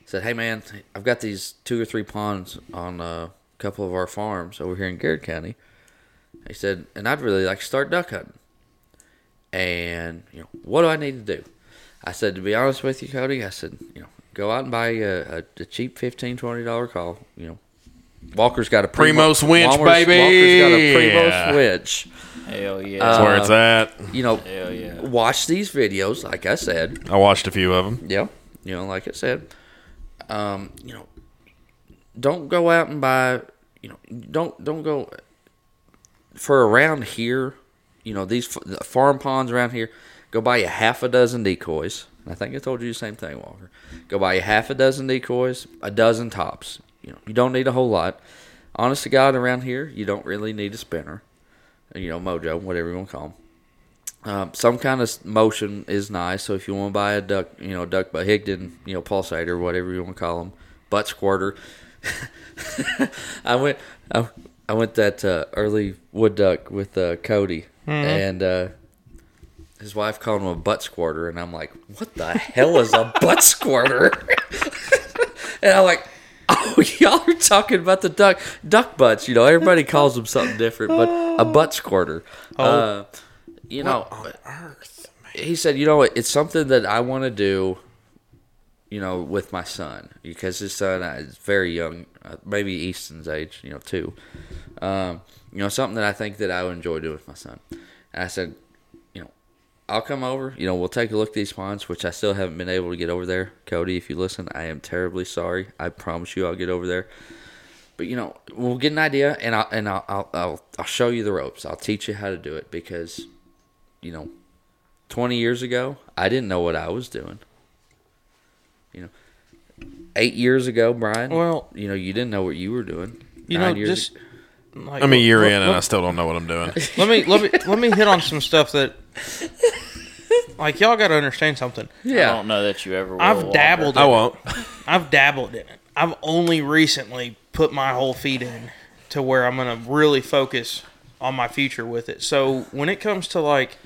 [SPEAKER 3] He said, "Hey man, I've got these two or three ponds on uh, a couple of our farms over here in Garrett County." He said, "And I'd really like to start duck hunting." and you know what do I need to do? I said to be honest with you, Cody. I said you know go out and buy a, a, a cheap fifteen twenty dollar call. You know, Walker's got a
[SPEAKER 2] Primos winch, baby!
[SPEAKER 3] Walker's
[SPEAKER 2] Yeah.
[SPEAKER 3] got a Primos winch.
[SPEAKER 1] Hell yeah,
[SPEAKER 3] Um,
[SPEAKER 2] That's where it's at.
[SPEAKER 3] You know,
[SPEAKER 1] hell yeah.
[SPEAKER 3] watch these videos. Like I said,
[SPEAKER 2] I watched a few of them.
[SPEAKER 3] yeah. You know, like I said, um, you know, don't go out and buy. You know, don't don't go for around here. You know these f- the farm ponds around here. Go buy a half a dozen decoys. And I think I told you the same thing, Walker. Go buy a half a dozen decoys, a dozen tops. You know, you don't need a whole lot. Honest to God, around here, you don't really need a spinner. You know, mojo, whatever you want to call them. Um, some kind of s- motion is nice. So if you want to buy a duck, you know, duck by Higdon, you know, pulsator, whatever you want to call them, butt squirter. *laughs* I went, I, I went that uh, early wood duck with uh, Cody, and uh, his wife called him a butt squirter, and I'm like, what the hell is a butt squirter? *laughs* and I'm like, oh, *laughs* y'all are talking about the duck duck butts. You know, everybody calls them something different, but a butt squirter. uh, you know, he said, you know, what, it's something that I want to do. You know, with my son because his son uh, is very young, uh, maybe Easton's age, you know, two um, you know, something that I think that I would enjoy doing with my son. And I said, you know, I'll come over. You know, we'll take a look at these ponds, which I still haven't been able to get over there. Cody, if you listen, I am terribly sorry. I promise you, I'll get over there. But you know, we'll get an idea, and I'll and I'll I'll I'll, I'll show you the ropes. I'll teach you how to do it because, you know, twenty years ago, I didn't know what I was doing. You know, eight years ago, Brian.
[SPEAKER 4] Well-
[SPEAKER 3] you know, you didn't know what you were doing.
[SPEAKER 4] You
[SPEAKER 3] Nine
[SPEAKER 4] know,
[SPEAKER 3] years
[SPEAKER 4] just like,
[SPEAKER 2] I'm a year
[SPEAKER 4] let-
[SPEAKER 2] in and
[SPEAKER 4] let-
[SPEAKER 2] I still don't know what I'm
[SPEAKER 3] *laughs*
[SPEAKER 2] doing.
[SPEAKER 4] let me let me let me hit on some stuff *laughs* that like y'all got to understand something.
[SPEAKER 3] Yeah.
[SPEAKER 1] I don't know that you ever will.
[SPEAKER 4] I've
[SPEAKER 1] Walker.
[SPEAKER 4] dabbled.
[SPEAKER 2] I
[SPEAKER 4] in
[SPEAKER 2] won't.
[SPEAKER 4] I've dabbled in it. I've only recently put my whole feet in to where I'm going to really focus on my future with it. So when it comes to like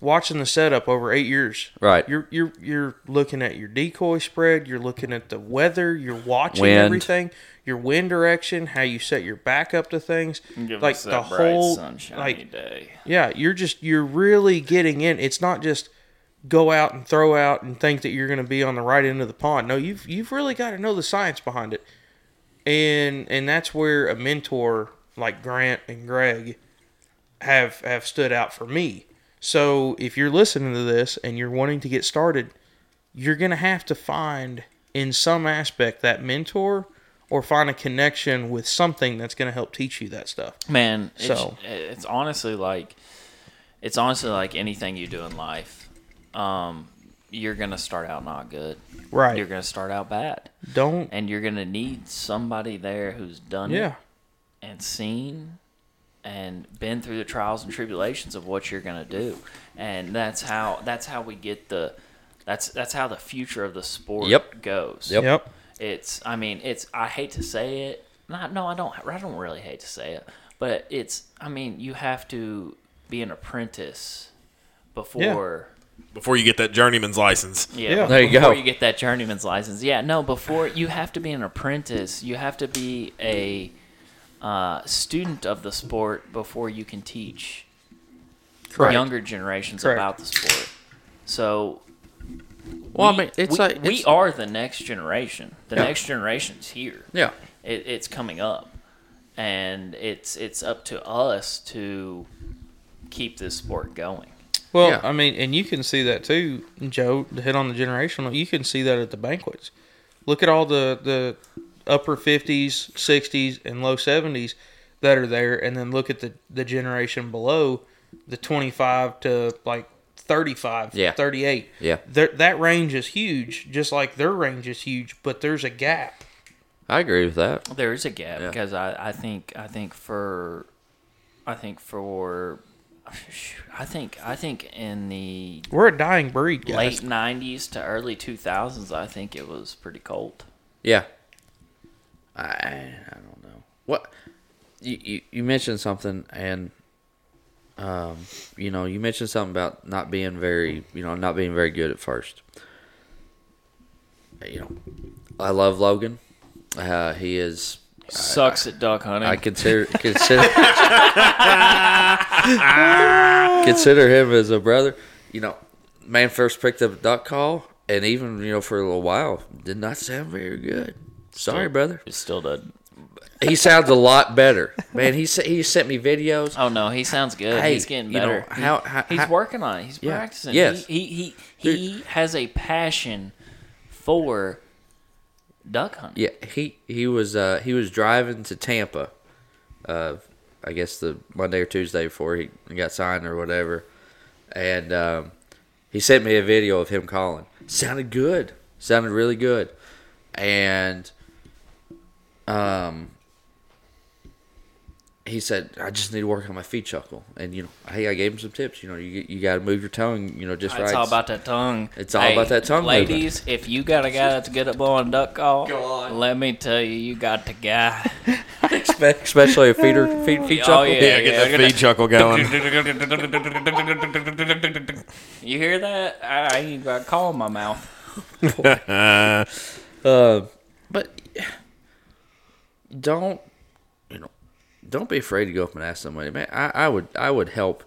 [SPEAKER 4] watching the setup over eight years,
[SPEAKER 3] Right.
[SPEAKER 4] You're you're you're looking at your decoy spread. You're looking at the weather. You're watching
[SPEAKER 3] Wind.
[SPEAKER 4] everything. Your wind direction, how you set your back up to things,
[SPEAKER 1] Give
[SPEAKER 4] like
[SPEAKER 1] us
[SPEAKER 4] the
[SPEAKER 1] that bright
[SPEAKER 4] whole
[SPEAKER 1] sunshiny
[SPEAKER 4] like
[SPEAKER 1] day.
[SPEAKER 4] yeah, you're just you're really getting in. It's not just go out and throw out and think that you're going to be on the right end of the pond. No, you've you've really got to know the science behind it, and and that's where a mentor like Grant and Greg have have stood out for me. So if you're listening to this and you're wanting to get started, you're going to have to find in some aspect that mentor or find a connection with something that's going to help teach you that stuff.
[SPEAKER 1] Man, it's,
[SPEAKER 4] So-
[SPEAKER 1] it's honestly like it's honestly like anything you do in life. Um, you're gonna start out not good.
[SPEAKER 4] Right.
[SPEAKER 1] You're gonna start out bad,
[SPEAKER 4] Don't
[SPEAKER 1] and you're gonna need somebody there who's done it
[SPEAKER 4] yeah.
[SPEAKER 1] and seen and been through the trials and tribulations of what you're going to do and that's how that's how we get the that's that's how the future of the sport
[SPEAKER 3] Yep.
[SPEAKER 1] goes
[SPEAKER 3] Yep.
[SPEAKER 4] Yep.
[SPEAKER 1] it's i mean it's i hate to say it not no i don't i don't really hate to say it but it's i mean you have to be an apprentice before
[SPEAKER 2] Before you get that journeyman's license.
[SPEAKER 1] yeah,
[SPEAKER 4] Yeah.
[SPEAKER 3] There you
[SPEAKER 1] before
[SPEAKER 3] go.
[SPEAKER 1] you get that journeyman's license. Yeah, no, before you have to be an apprentice. You have to be a uh, student of the sport before you can teach younger generations
[SPEAKER 4] Correct.
[SPEAKER 1] about the sport. So,
[SPEAKER 3] Well,
[SPEAKER 1] we,
[SPEAKER 3] I mean, it's
[SPEAKER 1] we,
[SPEAKER 3] like
[SPEAKER 1] we
[SPEAKER 3] it's-
[SPEAKER 1] are the next generation. The
[SPEAKER 3] Yeah.
[SPEAKER 1] next generation's here.
[SPEAKER 3] Yeah.
[SPEAKER 1] It, it's coming up, and it's it's up to us to keep this sport going.
[SPEAKER 4] Well,
[SPEAKER 3] Yeah.
[SPEAKER 4] I mean, and you can see that too, Joe. To hit on the generational, you can see that at the banquets. Look at all the the upper fifties, sixties, and low seventies that are there, and then look at the the generation below, the twenty five to like. 35
[SPEAKER 3] Yeah.
[SPEAKER 4] 38
[SPEAKER 3] Yeah.
[SPEAKER 4] Their- that range is huge just like their range is huge but there's a gap
[SPEAKER 3] I agree with that.
[SPEAKER 1] There is a gap
[SPEAKER 3] Yeah.
[SPEAKER 1] because I, I think I think for I think for I think I think in the
[SPEAKER 4] we're a dying breed guys
[SPEAKER 1] late nineties to early two thousands I think it was pretty cold.
[SPEAKER 3] Yeah. I I don't know what you you, you mentioned something and um you know you mentioned something about not being very you know not being very good at first. You know, I love Logan. Uh, he is.
[SPEAKER 1] Sucks at duck hunting.
[SPEAKER 3] I consider consider consider him as a brother. You know, man first picked up a duck call, and even you know for a little while did not sound very good. Sorry, brother.
[SPEAKER 1] it still doesn't.
[SPEAKER 3] He sounds a lot better. Man, he se- he sent me videos.
[SPEAKER 1] Oh no, he sounds good.
[SPEAKER 3] Hey,
[SPEAKER 1] he's getting
[SPEAKER 3] you know,
[SPEAKER 1] better. He-
[SPEAKER 3] how- how-
[SPEAKER 1] he's
[SPEAKER 3] how-
[SPEAKER 1] working on it. He's
[SPEAKER 3] Yeah.
[SPEAKER 1] practicing.
[SPEAKER 3] Yes.
[SPEAKER 1] He he he, he has a passion for duck hunting.
[SPEAKER 3] Yeah, he he was uh, he was driving to Tampa. Uh, I guess the Monday or Tuesday before he got signed or whatever, and um, he sent me a video of him calling. Sounded good. Sounded really good, and um, he said, "I just need to work on my feet chuckle." And you know, hey, I gave him some tips. You know, you you got to move your tongue. You know, just right.
[SPEAKER 1] It's all about that tongue.
[SPEAKER 3] It's all about that tongue movement.
[SPEAKER 1] Ladies, if you got a guy that's good at blowing duck call, let me tell you, you got the guy.
[SPEAKER 3] Espe- especially a feeder feed, feed chuckle.
[SPEAKER 1] Oh, yeah.
[SPEAKER 2] Yeah, get that
[SPEAKER 1] gonna-
[SPEAKER 2] feed chuckle going.
[SPEAKER 3] *laughs*
[SPEAKER 1] You hear that? I, I ain't got a call in my mouth.
[SPEAKER 2] Uh,
[SPEAKER 3] Uh, but don't you know? Don't be afraid to go up and ask somebody, man. I, I would I would help.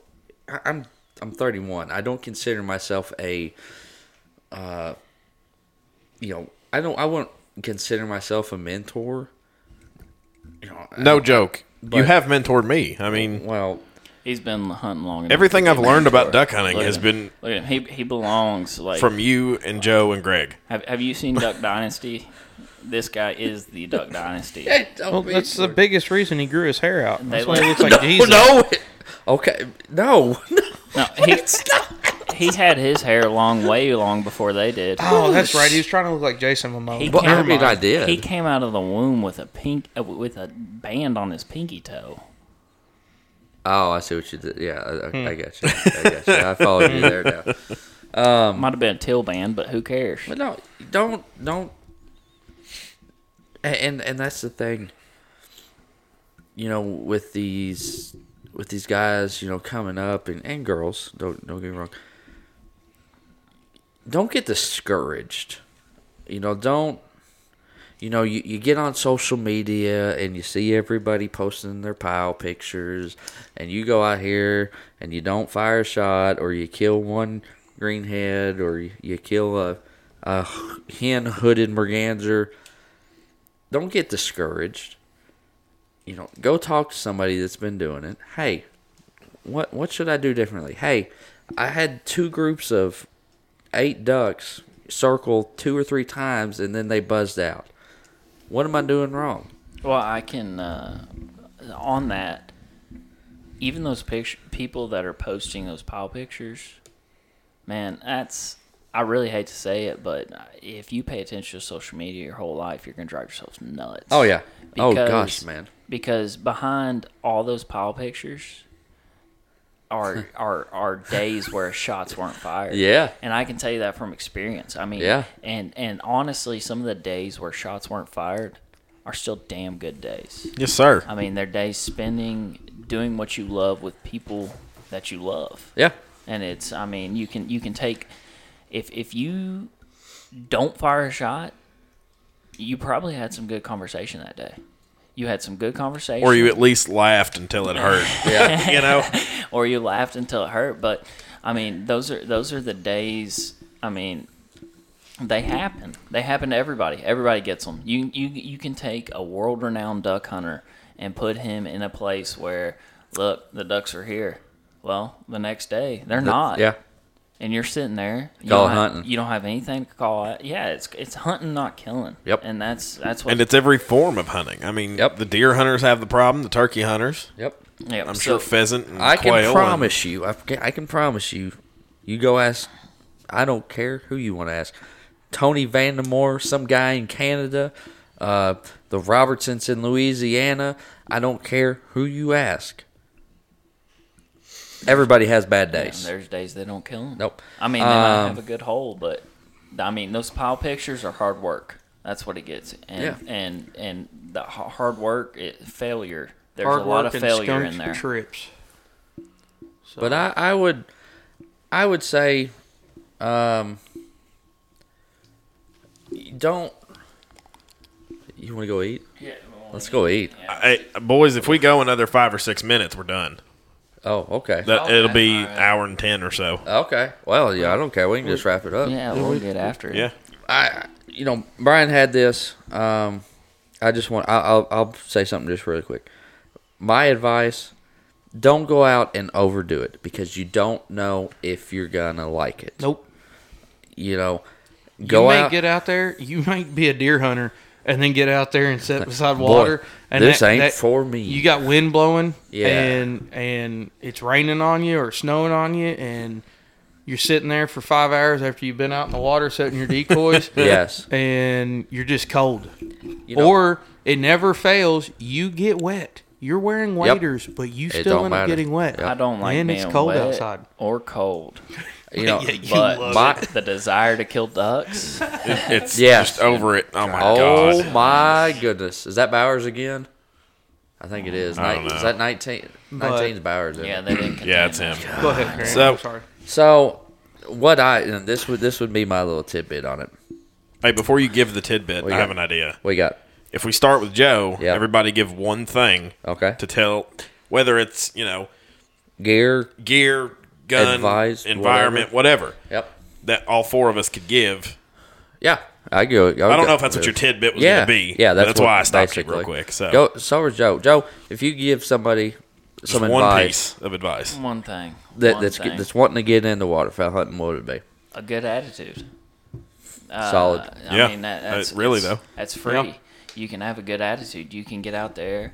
[SPEAKER 3] I, I'm I'm 31. I don't consider myself a, uh, you know, I don't I wouldn't consider myself a mentor. You know, I-
[SPEAKER 2] no joke. you
[SPEAKER 3] But-
[SPEAKER 2] have mentored me. I mean,
[SPEAKER 3] well,
[SPEAKER 1] He's been hunting long enough.
[SPEAKER 2] everything
[SPEAKER 1] to
[SPEAKER 2] I've
[SPEAKER 1] get
[SPEAKER 2] learned about
[SPEAKER 1] mentored.
[SPEAKER 2] duck hunting
[SPEAKER 1] Look
[SPEAKER 2] has
[SPEAKER 1] at
[SPEAKER 2] been
[SPEAKER 1] him. Look at him. He he belongs like.
[SPEAKER 2] from you and Joe and Greg.
[SPEAKER 1] have Have you seen Duck Dynasty? This guy is the Duck Dynasty.
[SPEAKER 2] *laughs*
[SPEAKER 3] hey, don't
[SPEAKER 4] Well,
[SPEAKER 3] be-
[SPEAKER 4] that's the biggest reason he grew his hair out. That's why he
[SPEAKER 1] like-
[SPEAKER 4] looks
[SPEAKER 3] *laughs*
[SPEAKER 4] like
[SPEAKER 3] no,
[SPEAKER 4] Jesus.
[SPEAKER 3] no. Okay, no, *laughs*
[SPEAKER 1] No, he, he had his hair long, way long before they did.
[SPEAKER 2] Ah,
[SPEAKER 4] Oh, that's right. He was trying to look like Jason Momoa.
[SPEAKER 1] He
[SPEAKER 3] Well,
[SPEAKER 1] came
[SPEAKER 3] I mean,
[SPEAKER 1] out-
[SPEAKER 3] I did.
[SPEAKER 1] He came out of the womb with a pink, uh, with a band on his pinky toe.
[SPEAKER 3] Oh, I see what you did. Yeah, I, I,
[SPEAKER 4] Hmm.
[SPEAKER 3] I got you. I got you. I followed you there
[SPEAKER 4] *laughs*
[SPEAKER 3] now.
[SPEAKER 1] Might have been a tail band, but who cares?
[SPEAKER 3] Um, But no, don't don't. a- And and that's the thing. You know, with these with these guys, you know, coming up and, and girls, don't don't get me wrong. Don't get discouraged. You know, don't you know, you, you get on social media and you see everybody posting their pile pictures, and you go out here and you don't fire a shot, or you kill one greenhead, or you, you kill a, a hen hooded merganser. Don't get discouraged. You know, go talk to somebody that's been doing it. Hey, what what should I do differently? Hey, I had two groups of eight ducks circle two or three times, and then they buzzed out. What am I doing wrong?
[SPEAKER 1] Well, I can uh, on that. Even those picture people that are posting those pile pictures, man, that's I really hate to say it, but if you pay attention to social media your whole life, you're gonna drive yourself nuts.
[SPEAKER 3] Oh yeah. oh
[SPEAKER 1] Because-
[SPEAKER 3] gosh, man.
[SPEAKER 1] Because behind all those pile pictures
[SPEAKER 3] *laughs*
[SPEAKER 1] are are are days where shots weren't fired.
[SPEAKER 3] Yeah.
[SPEAKER 1] And I can tell you that from experience. I mean,
[SPEAKER 3] Yeah.
[SPEAKER 1] And and honestly, some of the days where shots weren't fired are still damn good days.
[SPEAKER 2] Yes, sir.
[SPEAKER 1] I mean, they're days spending doing what you love with people that you love.
[SPEAKER 3] Yeah.
[SPEAKER 1] And it's I mean, you can you can take if if you don't fire a shot, you probably had some good conversation that day. You had some good conversation
[SPEAKER 2] Or you at least laughed until it hurt. yeah. You
[SPEAKER 3] *laughs*
[SPEAKER 2] know?
[SPEAKER 1] *laughs* or you laughed until it hurt. But I mean, those are those are the days. I mean, they happen. They happen to everybody. Everybody gets them. You you you can take a world renowned duck hunter and put him in a place where look the ducks are here. Well, the next day they're not.
[SPEAKER 3] Yeah.
[SPEAKER 1] And you're sitting there. You
[SPEAKER 3] Call
[SPEAKER 1] don't
[SPEAKER 3] it
[SPEAKER 1] have-
[SPEAKER 3] hunting.
[SPEAKER 1] you don't have anything to call it. Yeah, it's it's hunting, not killing.
[SPEAKER 3] Yep.
[SPEAKER 1] And that's that's what.
[SPEAKER 2] And it's every form of hunting. I mean,
[SPEAKER 3] Yep.
[SPEAKER 2] the deer hunters have the problem, the turkey hunters.
[SPEAKER 3] Yep.
[SPEAKER 1] yeah,
[SPEAKER 2] I'm
[SPEAKER 1] so-
[SPEAKER 2] sure pheasant and
[SPEAKER 3] I can
[SPEAKER 2] quail and-
[SPEAKER 3] promise you. I can, I can promise you. You go ask. I don't care who you want to ask. Tony Vandamore, some guy in Canada, uh, the Robertsons in Louisiana. I don't care who you ask. Everybody has bad days.
[SPEAKER 1] And there's days they don't kill them.
[SPEAKER 3] Nope.
[SPEAKER 1] I mean, they might
[SPEAKER 3] Um,
[SPEAKER 1] have a good hole, but I mean, those pile pictures are hard work. That's what it gets. And
[SPEAKER 3] Yeah.
[SPEAKER 1] and and the ha- hard work, it, failure. There's
[SPEAKER 4] Hard
[SPEAKER 1] a lot
[SPEAKER 4] work
[SPEAKER 1] of
[SPEAKER 4] and
[SPEAKER 1] failure
[SPEAKER 4] skunk
[SPEAKER 1] in there.
[SPEAKER 4] Trips. So,
[SPEAKER 3] But I, I would, I would say, um, don't. You want to go eat?
[SPEAKER 1] Yeah,
[SPEAKER 3] Let's go eat.
[SPEAKER 2] I, boys, if we go another five or six minutes, we're done.
[SPEAKER 3] Oh, okay.
[SPEAKER 2] That
[SPEAKER 1] Okay,
[SPEAKER 2] it'll be
[SPEAKER 1] all right.
[SPEAKER 2] hour and ten or so.
[SPEAKER 3] okay. Well, yeah, I don't care. We can just wrap it up.
[SPEAKER 1] yeah, we'll get after it.
[SPEAKER 2] Yeah.
[SPEAKER 3] I, you know, Brian had this. Um, I just want. I, I'll, I'll say something just really quick. My advice: don't go out and overdo it because you don't know if you're gonna like it.
[SPEAKER 4] nope.
[SPEAKER 3] You know,
[SPEAKER 4] you
[SPEAKER 3] go
[SPEAKER 4] may
[SPEAKER 3] out.
[SPEAKER 4] get out there. You might be a deer hunter, and then get out there and sit beside water. and
[SPEAKER 3] this ain't for me.
[SPEAKER 4] You got wind blowing,
[SPEAKER 3] Yeah.
[SPEAKER 4] and and it's raining on you or snowing on you, and you're sitting there for five hours after you've been out in the water setting your decoys.
[SPEAKER 3] *laughs* Yes.
[SPEAKER 4] and you're just cold.
[SPEAKER 3] You know-
[SPEAKER 4] or it never fails. You get wet. You're wearing waders, but you still
[SPEAKER 3] don't
[SPEAKER 4] end up
[SPEAKER 3] matter.
[SPEAKER 4] getting wet.
[SPEAKER 1] I don't like
[SPEAKER 4] and
[SPEAKER 1] being
[SPEAKER 4] it's cold
[SPEAKER 1] wet
[SPEAKER 4] outside.
[SPEAKER 1] or cold,
[SPEAKER 3] You
[SPEAKER 4] *laughs*
[SPEAKER 3] know,
[SPEAKER 2] *laughs* Oh,
[SPEAKER 1] but
[SPEAKER 3] love
[SPEAKER 1] the desire to kill ducks.
[SPEAKER 2] It- it's
[SPEAKER 3] Yes.
[SPEAKER 2] just over it. Oh my
[SPEAKER 3] Oh
[SPEAKER 2] god.
[SPEAKER 3] my goodness! Is that Bowers again? I think it is.
[SPEAKER 2] I don't
[SPEAKER 3] Nin-
[SPEAKER 2] know.
[SPEAKER 3] Is that 19? 19's Bowers. isn't
[SPEAKER 1] Yeah,
[SPEAKER 3] it?
[SPEAKER 1] they didn't.
[SPEAKER 3] *laughs*
[SPEAKER 2] Yeah,
[SPEAKER 1] contain
[SPEAKER 2] it's him.
[SPEAKER 4] Go ahead, Grant.
[SPEAKER 2] So-
[SPEAKER 4] I'm sorry.
[SPEAKER 3] So, what I and this would this would be my little tidbit on it.
[SPEAKER 2] Hey, before you give the tidbit, I
[SPEAKER 3] got-
[SPEAKER 2] have an idea.
[SPEAKER 3] We got
[SPEAKER 2] If we start with Joe,
[SPEAKER 3] Yeah.
[SPEAKER 2] everybody give one thing
[SPEAKER 3] okay
[SPEAKER 2] to tell whether it's, you know,
[SPEAKER 3] gear.
[SPEAKER 2] gear, gun,
[SPEAKER 3] Advised,
[SPEAKER 2] environment, whatever.
[SPEAKER 3] Yep.
[SPEAKER 2] that all four of us could give.
[SPEAKER 3] Yeah, I go.
[SPEAKER 2] I don't know if that's what your tidbit was
[SPEAKER 3] yeah
[SPEAKER 2] going to be.
[SPEAKER 3] yeah.
[SPEAKER 2] but
[SPEAKER 3] That's, what-
[SPEAKER 2] why I stopped you real
[SPEAKER 3] basically.
[SPEAKER 2] quick. So
[SPEAKER 3] go. So is Joe. Joe, if you give somebody
[SPEAKER 2] just
[SPEAKER 3] some
[SPEAKER 2] one
[SPEAKER 3] advice
[SPEAKER 2] piece of advice.
[SPEAKER 1] One thing.
[SPEAKER 3] that,
[SPEAKER 1] one
[SPEAKER 3] that's
[SPEAKER 1] thing.
[SPEAKER 3] that's wanting to get into waterfowl hunting, what would it be?
[SPEAKER 1] a good attitude. Uh,
[SPEAKER 3] Solid.
[SPEAKER 1] I
[SPEAKER 2] Yeah.
[SPEAKER 1] mean, that,
[SPEAKER 2] Uh,
[SPEAKER 1] that's
[SPEAKER 2] really,
[SPEAKER 1] it's-
[SPEAKER 2] though.
[SPEAKER 1] That's free. You can have a good attitude. You can get out there.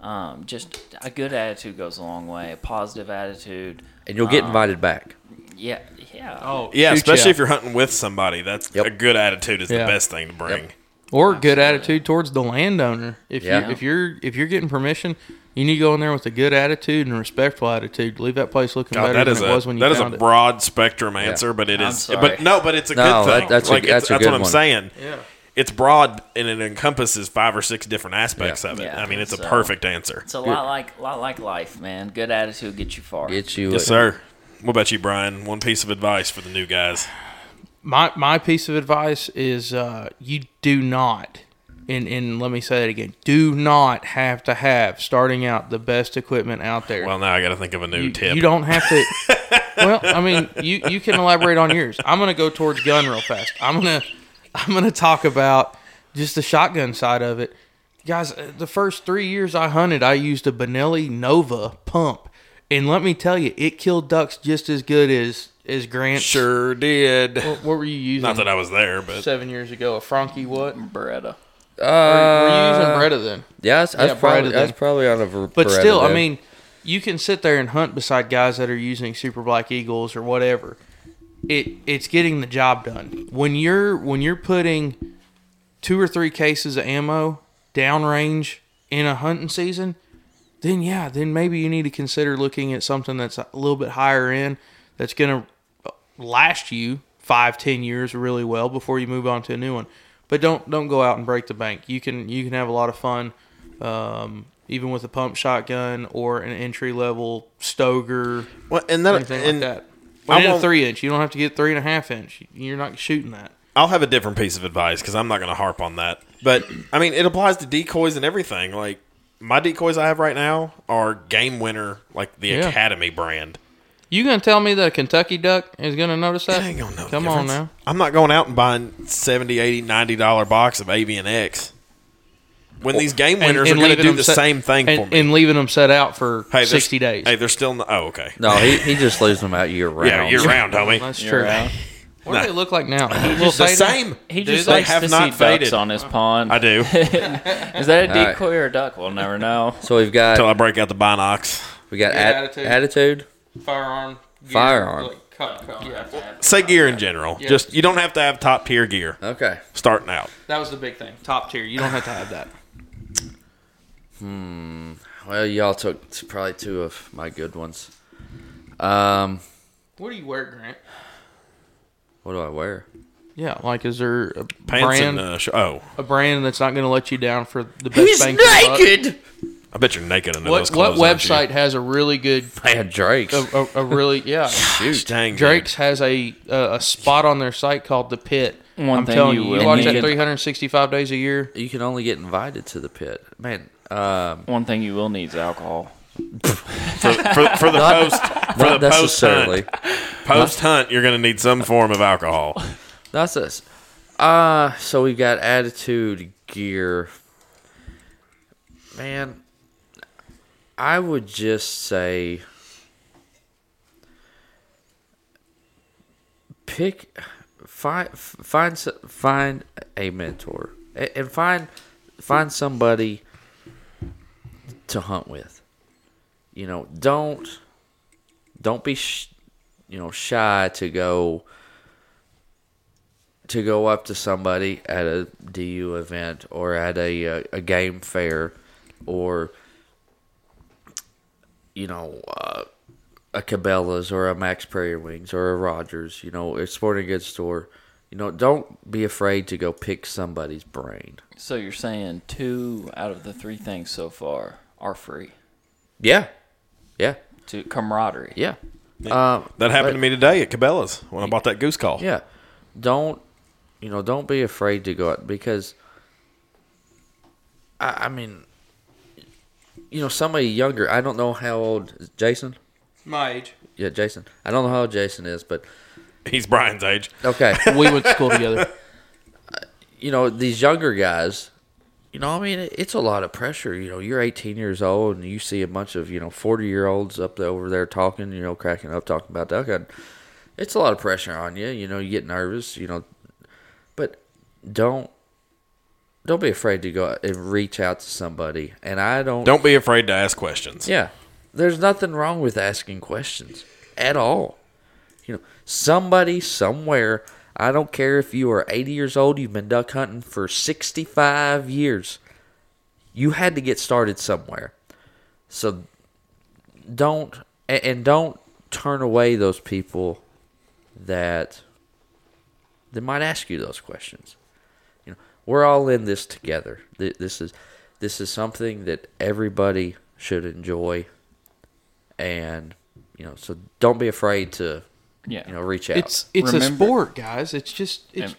[SPEAKER 1] Um, just a good attitude goes a long way. A positive attitude.
[SPEAKER 3] And you'll
[SPEAKER 4] Uh,
[SPEAKER 3] get invited back.
[SPEAKER 1] Yeah, yeah.
[SPEAKER 4] Oh,
[SPEAKER 2] Yeah,
[SPEAKER 4] shoot
[SPEAKER 2] especially
[SPEAKER 4] ya.
[SPEAKER 2] if you're hunting with somebody. That's
[SPEAKER 3] Yep.
[SPEAKER 2] a good attitude is
[SPEAKER 4] Yeah.
[SPEAKER 2] the best thing to bring.
[SPEAKER 4] or good attitude towards the landowner. If
[SPEAKER 3] Yeah.
[SPEAKER 4] you if you're if you're getting permission, you need to go in there with a good attitude and a respectful attitude. Leave that place looking
[SPEAKER 2] God,
[SPEAKER 4] better
[SPEAKER 2] that
[SPEAKER 4] than
[SPEAKER 2] is
[SPEAKER 4] it was
[SPEAKER 2] a
[SPEAKER 4] when you
[SPEAKER 2] that is a
[SPEAKER 4] found it.
[SPEAKER 2] broad spectrum answer, but it
[SPEAKER 1] I'm
[SPEAKER 2] is.
[SPEAKER 1] sorry.
[SPEAKER 2] But no, but it's a
[SPEAKER 3] No,
[SPEAKER 2] good
[SPEAKER 3] that-
[SPEAKER 2] thing.
[SPEAKER 3] that's a-
[SPEAKER 2] like it's-
[SPEAKER 3] that's a good
[SPEAKER 2] what I'm
[SPEAKER 3] one.
[SPEAKER 2] saying.
[SPEAKER 4] Yeah.
[SPEAKER 2] It's broad and it encompasses five or six different aspects
[SPEAKER 3] Yeah.
[SPEAKER 2] of it.
[SPEAKER 1] Yeah.
[SPEAKER 2] I mean, it's a
[SPEAKER 1] So-
[SPEAKER 2] perfect answer.
[SPEAKER 1] It's a lot like lot like life, man. Good attitude gets you far.
[SPEAKER 3] Get you.
[SPEAKER 2] Yes, sir. What about you, Brian? One piece of advice for the new guys.
[SPEAKER 4] my my piece of advice is uh, you do not and and let me say that again do not have to have starting out the best equipment out there
[SPEAKER 2] Well, now I got to think of a new
[SPEAKER 4] you,
[SPEAKER 2] tip.
[SPEAKER 4] you don't have to well i mean you you can elaborate on yours i'm gonna go towards gun real fast i'm gonna i'm gonna talk about just the shotgun side of it guys uh, the first three years i hunted i used a benelli nova pump and let me tell you it killed ducks just as good as as grant
[SPEAKER 2] sure did.
[SPEAKER 4] what, what were you using
[SPEAKER 2] Not that I was there, but
[SPEAKER 4] seven years ago. A Frankie what?
[SPEAKER 1] Beretta.
[SPEAKER 4] Were you using
[SPEAKER 3] Uh,
[SPEAKER 4] Bretta then?
[SPEAKER 3] yeah, that's, that's
[SPEAKER 4] Yeah,
[SPEAKER 3] probably
[SPEAKER 4] Bretta then.
[SPEAKER 3] that's probably on a. ver-
[SPEAKER 4] But
[SPEAKER 3] Beretta
[SPEAKER 4] still, I
[SPEAKER 3] then.
[SPEAKER 4] mean, you can sit there and hunt beside guys that are using Super Black Eagles or whatever. It it's getting the job done. When you're when you're putting two or three cases of ammo downrange in a hunting season, then yeah, then maybe you need to consider looking at something that's a little bit higher end that's going to last you five ten years really well before you move on to a new one. But don't don't go out and break the bank. You can you can have a lot of fun, um, even with a pump shotgun or an entry level Stoger,
[SPEAKER 2] Well, and that,
[SPEAKER 4] anything
[SPEAKER 2] and
[SPEAKER 4] like that.
[SPEAKER 2] I
[SPEAKER 4] But in a
[SPEAKER 2] won't-
[SPEAKER 4] three inch, you don't have to get three and a half inch. You're not shooting that.
[SPEAKER 2] I'll have a different piece of advice because I'm not going to harp on that. But I mean, it applies to decoys and everything. Like my decoys I have right now are Game Winner, like the
[SPEAKER 4] Yeah.
[SPEAKER 2] Academy brand.
[SPEAKER 4] You gonna tell me that a Kentucky duck is gonna notice that?
[SPEAKER 2] I ain't gonna know the
[SPEAKER 4] Come on
[SPEAKER 2] difference.
[SPEAKER 4] now.
[SPEAKER 2] I'm not going out and buying 70 80 $90 dollar box of AVN X when these Game Winners are going to
[SPEAKER 4] leaving
[SPEAKER 2] do
[SPEAKER 4] them
[SPEAKER 2] the
[SPEAKER 4] set-
[SPEAKER 2] same thing
[SPEAKER 4] and,
[SPEAKER 2] for me.
[SPEAKER 4] and leaving them set out for
[SPEAKER 2] Hey, they're-
[SPEAKER 4] 60 days.
[SPEAKER 2] Hey, they're still. Not, oh, okay.
[SPEAKER 3] no, he, he just leaves them out year
[SPEAKER 2] *laughs*
[SPEAKER 3] round.
[SPEAKER 2] Yeah, year round, homie.
[SPEAKER 4] That's true.
[SPEAKER 1] right.
[SPEAKER 4] What do they look like now? A little
[SPEAKER 2] It's the
[SPEAKER 4] faded?
[SPEAKER 2] same.
[SPEAKER 1] He
[SPEAKER 2] Dude,
[SPEAKER 1] just
[SPEAKER 2] they
[SPEAKER 1] likes
[SPEAKER 2] have
[SPEAKER 1] to
[SPEAKER 2] not
[SPEAKER 1] see
[SPEAKER 2] faded.
[SPEAKER 1] ducks on his pond.
[SPEAKER 2] I *laughs* do
[SPEAKER 1] Is that a
[SPEAKER 3] All right.
[SPEAKER 1] decoy or a duck? We'll never know. *laughs*
[SPEAKER 3] So we've got
[SPEAKER 2] until I break out the binocs.
[SPEAKER 3] we got
[SPEAKER 4] Good
[SPEAKER 3] at, attitude.
[SPEAKER 4] attitude. Firearm. gear,
[SPEAKER 3] Firearm.
[SPEAKER 4] like, cut- cut- yeah.
[SPEAKER 2] Say gear in general.
[SPEAKER 4] Yeah.
[SPEAKER 2] Just you don't have to have top tier gear
[SPEAKER 3] Okay,
[SPEAKER 2] starting out.
[SPEAKER 4] That was the big thing. Top tier. You don't have to have that.
[SPEAKER 3] well y'all took t- probably two of my good ones. Um,
[SPEAKER 4] *sighs* What do you wear, Grant?
[SPEAKER 3] what do I wear?
[SPEAKER 4] Yeah, like is there a
[SPEAKER 2] Pants and
[SPEAKER 4] brand
[SPEAKER 2] uh, sh- oh,
[SPEAKER 4] a brand that's not going to let you down for the best bang for buck?
[SPEAKER 2] I bet you're naked under those
[SPEAKER 4] What what
[SPEAKER 2] clothes. aren't you?
[SPEAKER 4] website has a really good
[SPEAKER 3] I had Drake's.
[SPEAKER 4] a, a, a really
[SPEAKER 1] *laughs*
[SPEAKER 4] yeah
[SPEAKER 2] Gosh, dang, dude.
[SPEAKER 4] Drake's has a a a spot on their site called the Pit.
[SPEAKER 1] One
[SPEAKER 4] I'm
[SPEAKER 1] thing
[SPEAKER 4] telling
[SPEAKER 1] you
[SPEAKER 4] you,
[SPEAKER 1] will
[SPEAKER 4] you watch
[SPEAKER 1] need-
[SPEAKER 4] that 365 days a year.
[SPEAKER 3] You can only get invited to the pit, man. Um,
[SPEAKER 1] One thing you will need is alcohol.
[SPEAKER 2] for, for, for the post for the
[SPEAKER 3] not
[SPEAKER 2] post
[SPEAKER 3] necessarily.
[SPEAKER 2] hunt. Post hunt, you're gonna need some form of alcohol.
[SPEAKER 3] That's us. Uh so we've got attitude gear. Man, I would just say pick find find s- find a mentor A- and find find somebody to hunt with. You know, don't don't be sh- you know shy to go to go up to somebody at a DU event or at a uh, a game fair or you know uh, a Cabela's or a Max Prairie Wings or a Rogers, you know, a sporting goods store. You know, don't be afraid to go pick somebody's brain.
[SPEAKER 1] So you're saying two out of the three things so far are free
[SPEAKER 3] Yeah, yeah,
[SPEAKER 1] to camaraderie.
[SPEAKER 3] yeah. Uh,
[SPEAKER 2] That happened to me today at Cabela's when I bought that goose call.
[SPEAKER 3] Yeah. Don't you know, don't be afraid to go out because I, I mean you know, somebody younger, I don't know how old is Jason?
[SPEAKER 4] My age.
[SPEAKER 3] Yeah, Jason. I don't know how old Jason is, but
[SPEAKER 2] He's Brian's age.
[SPEAKER 3] okay.
[SPEAKER 4] We went to school together.
[SPEAKER 3] you know, these younger guys, you know, I mean, it- it's a lot of pressure. You know, you're 18 years old and you see a bunch of, you know, 40 year olds up there over there talking, you know, cracking up, talking about duck hunting. It's a lot of pressure on you. You know, you get nervous, you know, but don't. Don't be afraid to go out and reach out to somebody. And I don't.
[SPEAKER 2] Don't be afraid to ask questions.
[SPEAKER 3] Yeah. There's nothing wrong with asking questions at all. You know, somebody somewhere, I don't care if you are 80 years old, you've been duck hunting for 65 years. You had to get started somewhere. So don't a- and don't turn away those people that they might ask you those questions. You know, we're all in this together. Th- This is this is something that everybody should enjoy, and you know, so don't be afraid to
[SPEAKER 1] Yeah.
[SPEAKER 3] you know reach out.
[SPEAKER 4] It's it's a
[SPEAKER 1] Remember-
[SPEAKER 4] sport, guys. It's just it's
[SPEAKER 1] And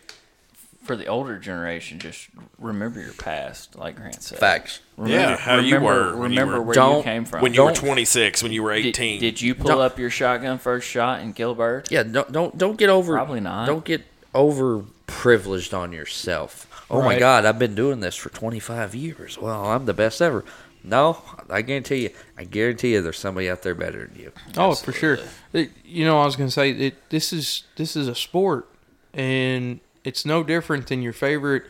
[SPEAKER 1] for the older generation, just remember your past, like Grant said.
[SPEAKER 3] facts.
[SPEAKER 1] Remember,
[SPEAKER 2] Yeah, how you
[SPEAKER 1] remember-
[SPEAKER 2] were when you
[SPEAKER 1] Remember
[SPEAKER 2] were-
[SPEAKER 1] where you
[SPEAKER 3] Don't-
[SPEAKER 1] came from.
[SPEAKER 2] When you were
[SPEAKER 3] Don't-
[SPEAKER 2] 26, when you were
[SPEAKER 1] did,
[SPEAKER 2] 18.
[SPEAKER 1] did you pull
[SPEAKER 3] Don't-
[SPEAKER 1] up your shotgun first shot and kill a bird?
[SPEAKER 3] Yeah, don't don't don't get over
[SPEAKER 1] Probably not.
[SPEAKER 3] Don't get over privileged on yourself. Oh
[SPEAKER 4] Right.
[SPEAKER 3] my God, I've been doing this for 25 years. Well, I'm the best ever. No, I guarantee you. I guarantee you, there's somebody out there better than you.
[SPEAKER 4] Oh, for sure. It- you know, I was gonna say it, this is this is a sport, and it's no different than your favorite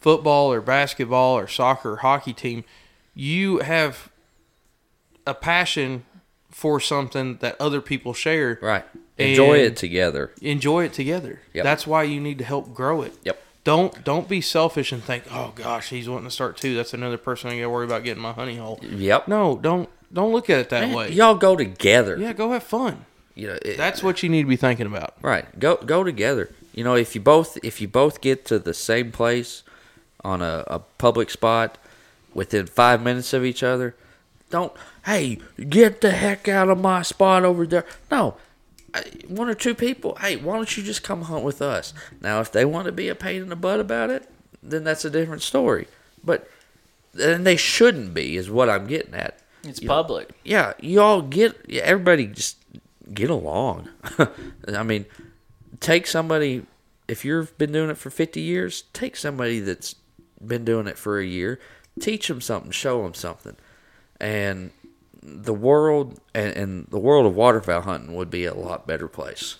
[SPEAKER 4] football or basketball or soccer or hockey team. You have a passion for something that other people share.
[SPEAKER 3] Right. Enjoy
[SPEAKER 4] And-
[SPEAKER 3] it together.
[SPEAKER 4] Enjoy it together.
[SPEAKER 3] Yep.
[SPEAKER 4] That's why you need to help grow it.
[SPEAKER 3] Yep.
[SPEAKER 4] Don't don't be selfish and think, oh gosh, he's wanting to start too. That's another person I got to worry about getting my honey hole.
[SPEAKER 3] Yep.
[SPEAKER 4] No, don't don't look at it that
[SPEAKER 3] Man,
[SPEAKER 4] way.
[SPEAKER 3] Y'all go together.
[SPEAKER 4] Yeah, go have fun.
[SPEAKER 3] You know, it-
[SPEAKER 4] That's what you need to be thinking about.
[SPEAKER 3] right. Go go together. You know, if you both if you both get to the same place on a, a public spot within five minutes of each other, don't hey get the heck out of my spot over there. No. I- One or two people. Hey, why don't you just come hunt with us? Now, if they want to be a pain in the butt about it, then that's a different story. But then they shouldn't be, is what I'm getting at.
[SPEAKER 1] It's
[SPEAKER 3] You know,
[SPEAKER 1] public.
[SPEAKER 3] yeah, you all get yeah, everybody just get along. *laughs* I mean, take somebody if you've been doing it for 50 years, take somebody that's been doing it for a year, teach them something, show them something. And the world and, and the world of waterfowl hunting would be a lot better place.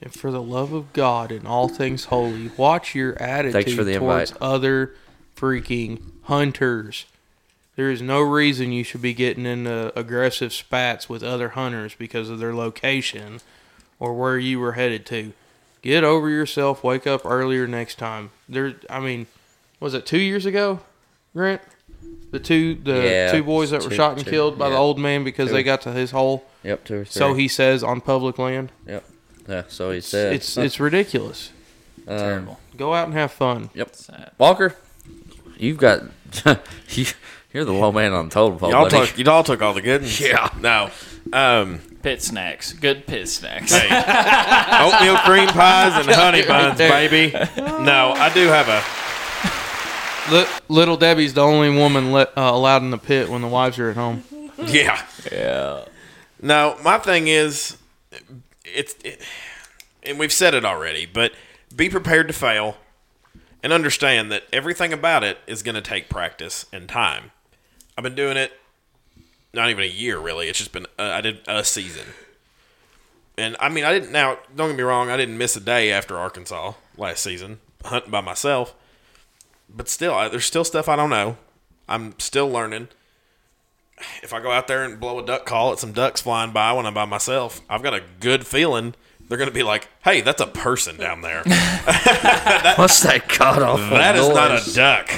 [SPEAKER 4] And for the love of God and all things holy, watch your attitude
[SPEAKER 3] for the
[SPEAKER 4] towards
[SPEAKER 3] invite.
[SPEAKER 4] other freaking hunters. There is no reason you should be getting into aggressive spats with other hunters because of their location or where you were headed to. Get over yourself. Wake up earlier next time. There, I mean, was it two years ago, Grant? The two the
[SPEAKER 3] Yeah,
[SPEAKER 4] two boys that were
[SPEAKER 3] two-
[SPEAKER 4] shot and
[SPEAKER 3] two,
[SPEAKER 4] killed by the
[SPEAKER 3] yeah.
[SPEAKER 4] old man because they
[SPEAKER 3] Two.
[SPEAKER 4] got to his hole.
[SPEAKER 3] Yep, two or three.
[SPEAKER 4] So he says on public land.
[SPEAKER 3] Yep. Yeah, so he said.
[SPEAKER 4] It's it's ridiculous.
[SPEAKER 1] Terrible.
[SPEAKER 4] Go out and have fun.
[SPEAKER 3] Yep.
[SPEAKER 1] Sad.
[SPEAKER 3] Walker, you've got *laughs* you, you're the low man on the totem pole.
[SPEAKER 2] Y'all
[SPEAKER 3] buddy.
[SPEAKER 2] took, y'all took all the good ones. Yeah. No. Um,
[SPEAKER 1] Pit snacks. Good pit snacks.
[SPEAKER 2] hey, *laughs* oatmeal cream pies and honey buns, baby. No, I do have a.
[SPEAKER 4] Li- Little Debbie's the only woman let, uh, allowed in the pit when the wives are at home.
[SPEAKER 2] Yeah.
[SPEAKER 1] Yeah.
[SPEAKER 2] No, my thing is, it's, it, and we've said it already, but be prepared to fail and understand that everything about it is going to take practice and time. I've been doing it not even a year, really. It's just been, uh, I did a season. And I mean, I didn't, now, don't get me wrong, I didn't miss a day after Arkansas last season, hunting by myself. But still, I, there's still stuff I don't know. I'm still learning if I go out there and blow a duck call at some ducks flying by when I'm by myself, I've got a good feeling they're going to be like, "Hey, that's a person down there.
[SPEAKER 3] *laughs* What's that god awful
[SPEAKER 2] That is not
[SPEAKER 3] noise?
[SPEAKER 2] a duck."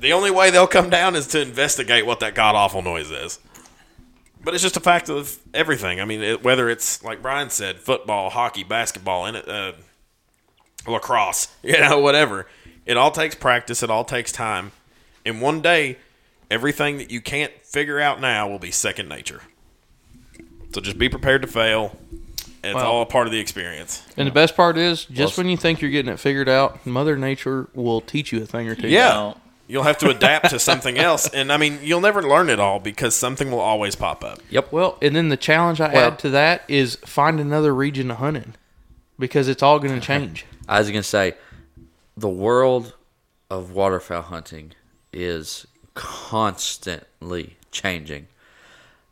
[SPEAKER 2] The only way they'll come down is to investigate what that god awful noise is. But it's just a fact of everything. I mean, it, whether it's like Brian said, football, hockey, basketball, and uh, *laughs* lacrosse, you know, whatever. It all takes practice. It all takes time. And one day, Everything that you can't figure out now will be second nature. So just be prepared to fail. It's
[SPEAKER 4] Well-
[SPEAKER 2] all a part of the experience.
[SPEAKER 4] And the best part is, just when you think you're getting it figured out, Mother Nature will teach you a thing or two.
[SPEAKER 2] Yeah.
[SPEAKER 1] don't.
[SPEAKER 2] You'll have to adapt to something else. And I mean, you'll never learn it all because something will always pop up.
[SPEAKER 4] Well, and then the challenge I
[SPEAKER 3] Well-
[SPEAKER 4] add to that is find another region to hunt in, because it's all going
[SPEAKER 3] *laughs*
[SPEAKER 4] to change.
[SPEAKER 3] I was gonna say, the world of waterfowl hunting is constantly changing.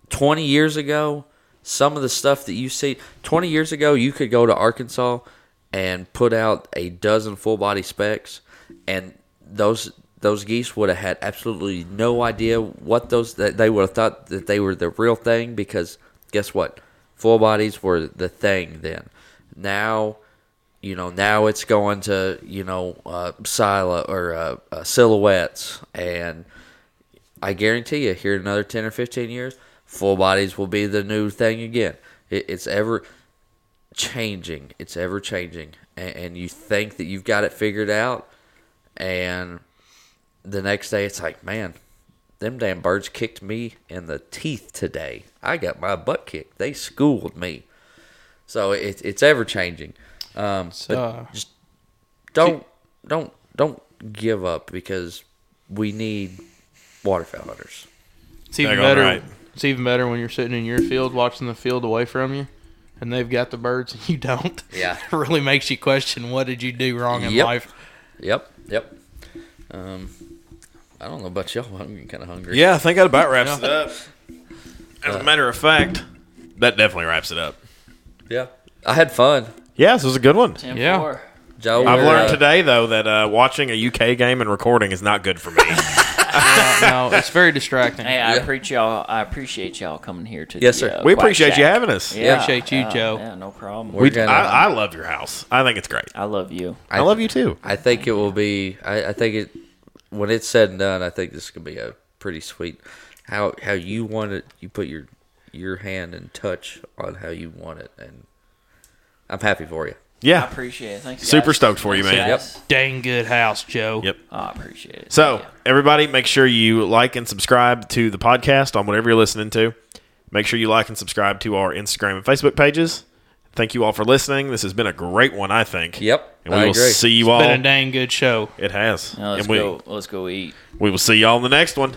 [SPEAKER 3] Twenty years ago, some of the stuff that you see. Twenty years ago, you could go to Arkansas and put out a dozen full body specs, and those those geese would have had absolutely no idea what those. That they would have thought that they were the real thing because guess what, full bodies were the thing then. Now you know now it's going to you know uh, silo or uh, uh, silhouettes and i guarantee you here in another 10 or 15 years full bodies will be the new thing again it, it's ever changing it's ever changing and, and you think that you've got it figured out and the next day it's like man them damn birds kicked me in the teeth today i got my butt kicked they schooled me so it, it's ever changing um, but
[SPEAKER 4] Uh,
[SPEAKER 3] don't don't don't give up because we need waterfowl hunters.
[SPEAKER 4] It's even
[SPEAKER 2] Daggone
[SPEAKER 4] better.
[SPEAKER 2] right.
[SPEAKER 4] It's even better when you're sitting in your field watching the field away from you, and they've got the birds and you don't.
[SPEAKER 3] Yeah.
[SPEAKER 4] *laughs* it really makes you question what did you do wrong in
[SPEAKER 3] Yep.
[SPEAKER 4] life.
[SPEAKER 3] Yep, yep. Um, I don't know about y'all. but I'm getting kind of hungry.
[SPEAKER 2] Yeah, I think that about wraps it up. As a matter of fact, that definitely wraps it up.
[SPEAKER 3] yeah. I had fun,
[SPEAKER 2] Yeah, this was a good one.
[SPEAKER 1] 10
[SPEAKER 4] Yeah.
[SPEAKER 1] 4.
[SPEAKER 3] Joe.
[SPEAKER 2] I've
[SPEAKER 3] we're,
[SPEAKER 2] learned
[SPEAKER 3] uh,
[SPEAKER 2] today though that uh, watching a UK game and recording is not good for me.
[SPEAKER 4] Uh, no, no, it's very distracting.
[SPEAKER 1] Hey, I
[SPEAKER 3] Yeah.
[SPEAKER 1] appreciate y'all. I appreciate y'all coming here to.
[SPEAKER 3] Yes,
[SPEAKER 1] the,
[SPEAKER 3] sir.
[SPEAKER 1] uh,
[SPEAKER 2] we
[SPEAKER 1] Black
[SPEAKER 2] appreciate you
[SPEAKER 1] Shack.
[SPEAKER 2] having us.
[SPEAKER 1] Yeah,
[SPEAKER 4] Appreciate you,
[SPEAKER 1] yeah,
[SPEAKER 4] Joe.
[SPEAKER 1] Yeah, no problem.
[SPEAKER 3] We're gonna, I,
[SPEAKER 2] I, I love your house. I think it's great.
[SPEAKER 1] I love you.
[SPEAKER 2] I, love you too.
[SPEAKER 3] think it will be. I, I think it when it's said and done. I think this could be a pretty sweet. How how you want it? You put your your hand and touch on how you want it, and I'm happy for you.
[SPEAKER 1] I
[SPEAKER 2] Yeah,
[SPEAKER 1] appreciate it. Thanks.
[SPEAKER 2] super
[SPEAKER 1] guys.
[SPEAKER 2] stoked for you, man.
[SPEAKER 1] Guys.
[SPEAKER 4] Dang good house, Joe.
[SPEAKER 2] Yep.
[SPEAKER 1] Oh, I appreciate it.
[SPEAKER 2] So
[SPEAKER 1] Yeah.
[SPEAKER 2] everybody, make sure you like and subscribe to the podcast on whatever you're listening to. Make sure you like and subscribe to our Instagram and Facebook pages. Thank you all for listening. This has been a great one, I think.
[SPEAKER 3] Yep,
[SPEAKER 2] And we
[SPEAKER 3] I
[SPEAKER 2] will
[SPEAKER 3] agree.
[SPEAKER 2] see you all.
[SPEAKER 4] Been a dang good show.
[SPEAKER 2] It has.
[SPEAKER 1] Now let's
[SPEAKER 2] and we,
[SPEAKER 1] go. Let's go eat.
[SPEAKER 2] we will see y'all in the next one.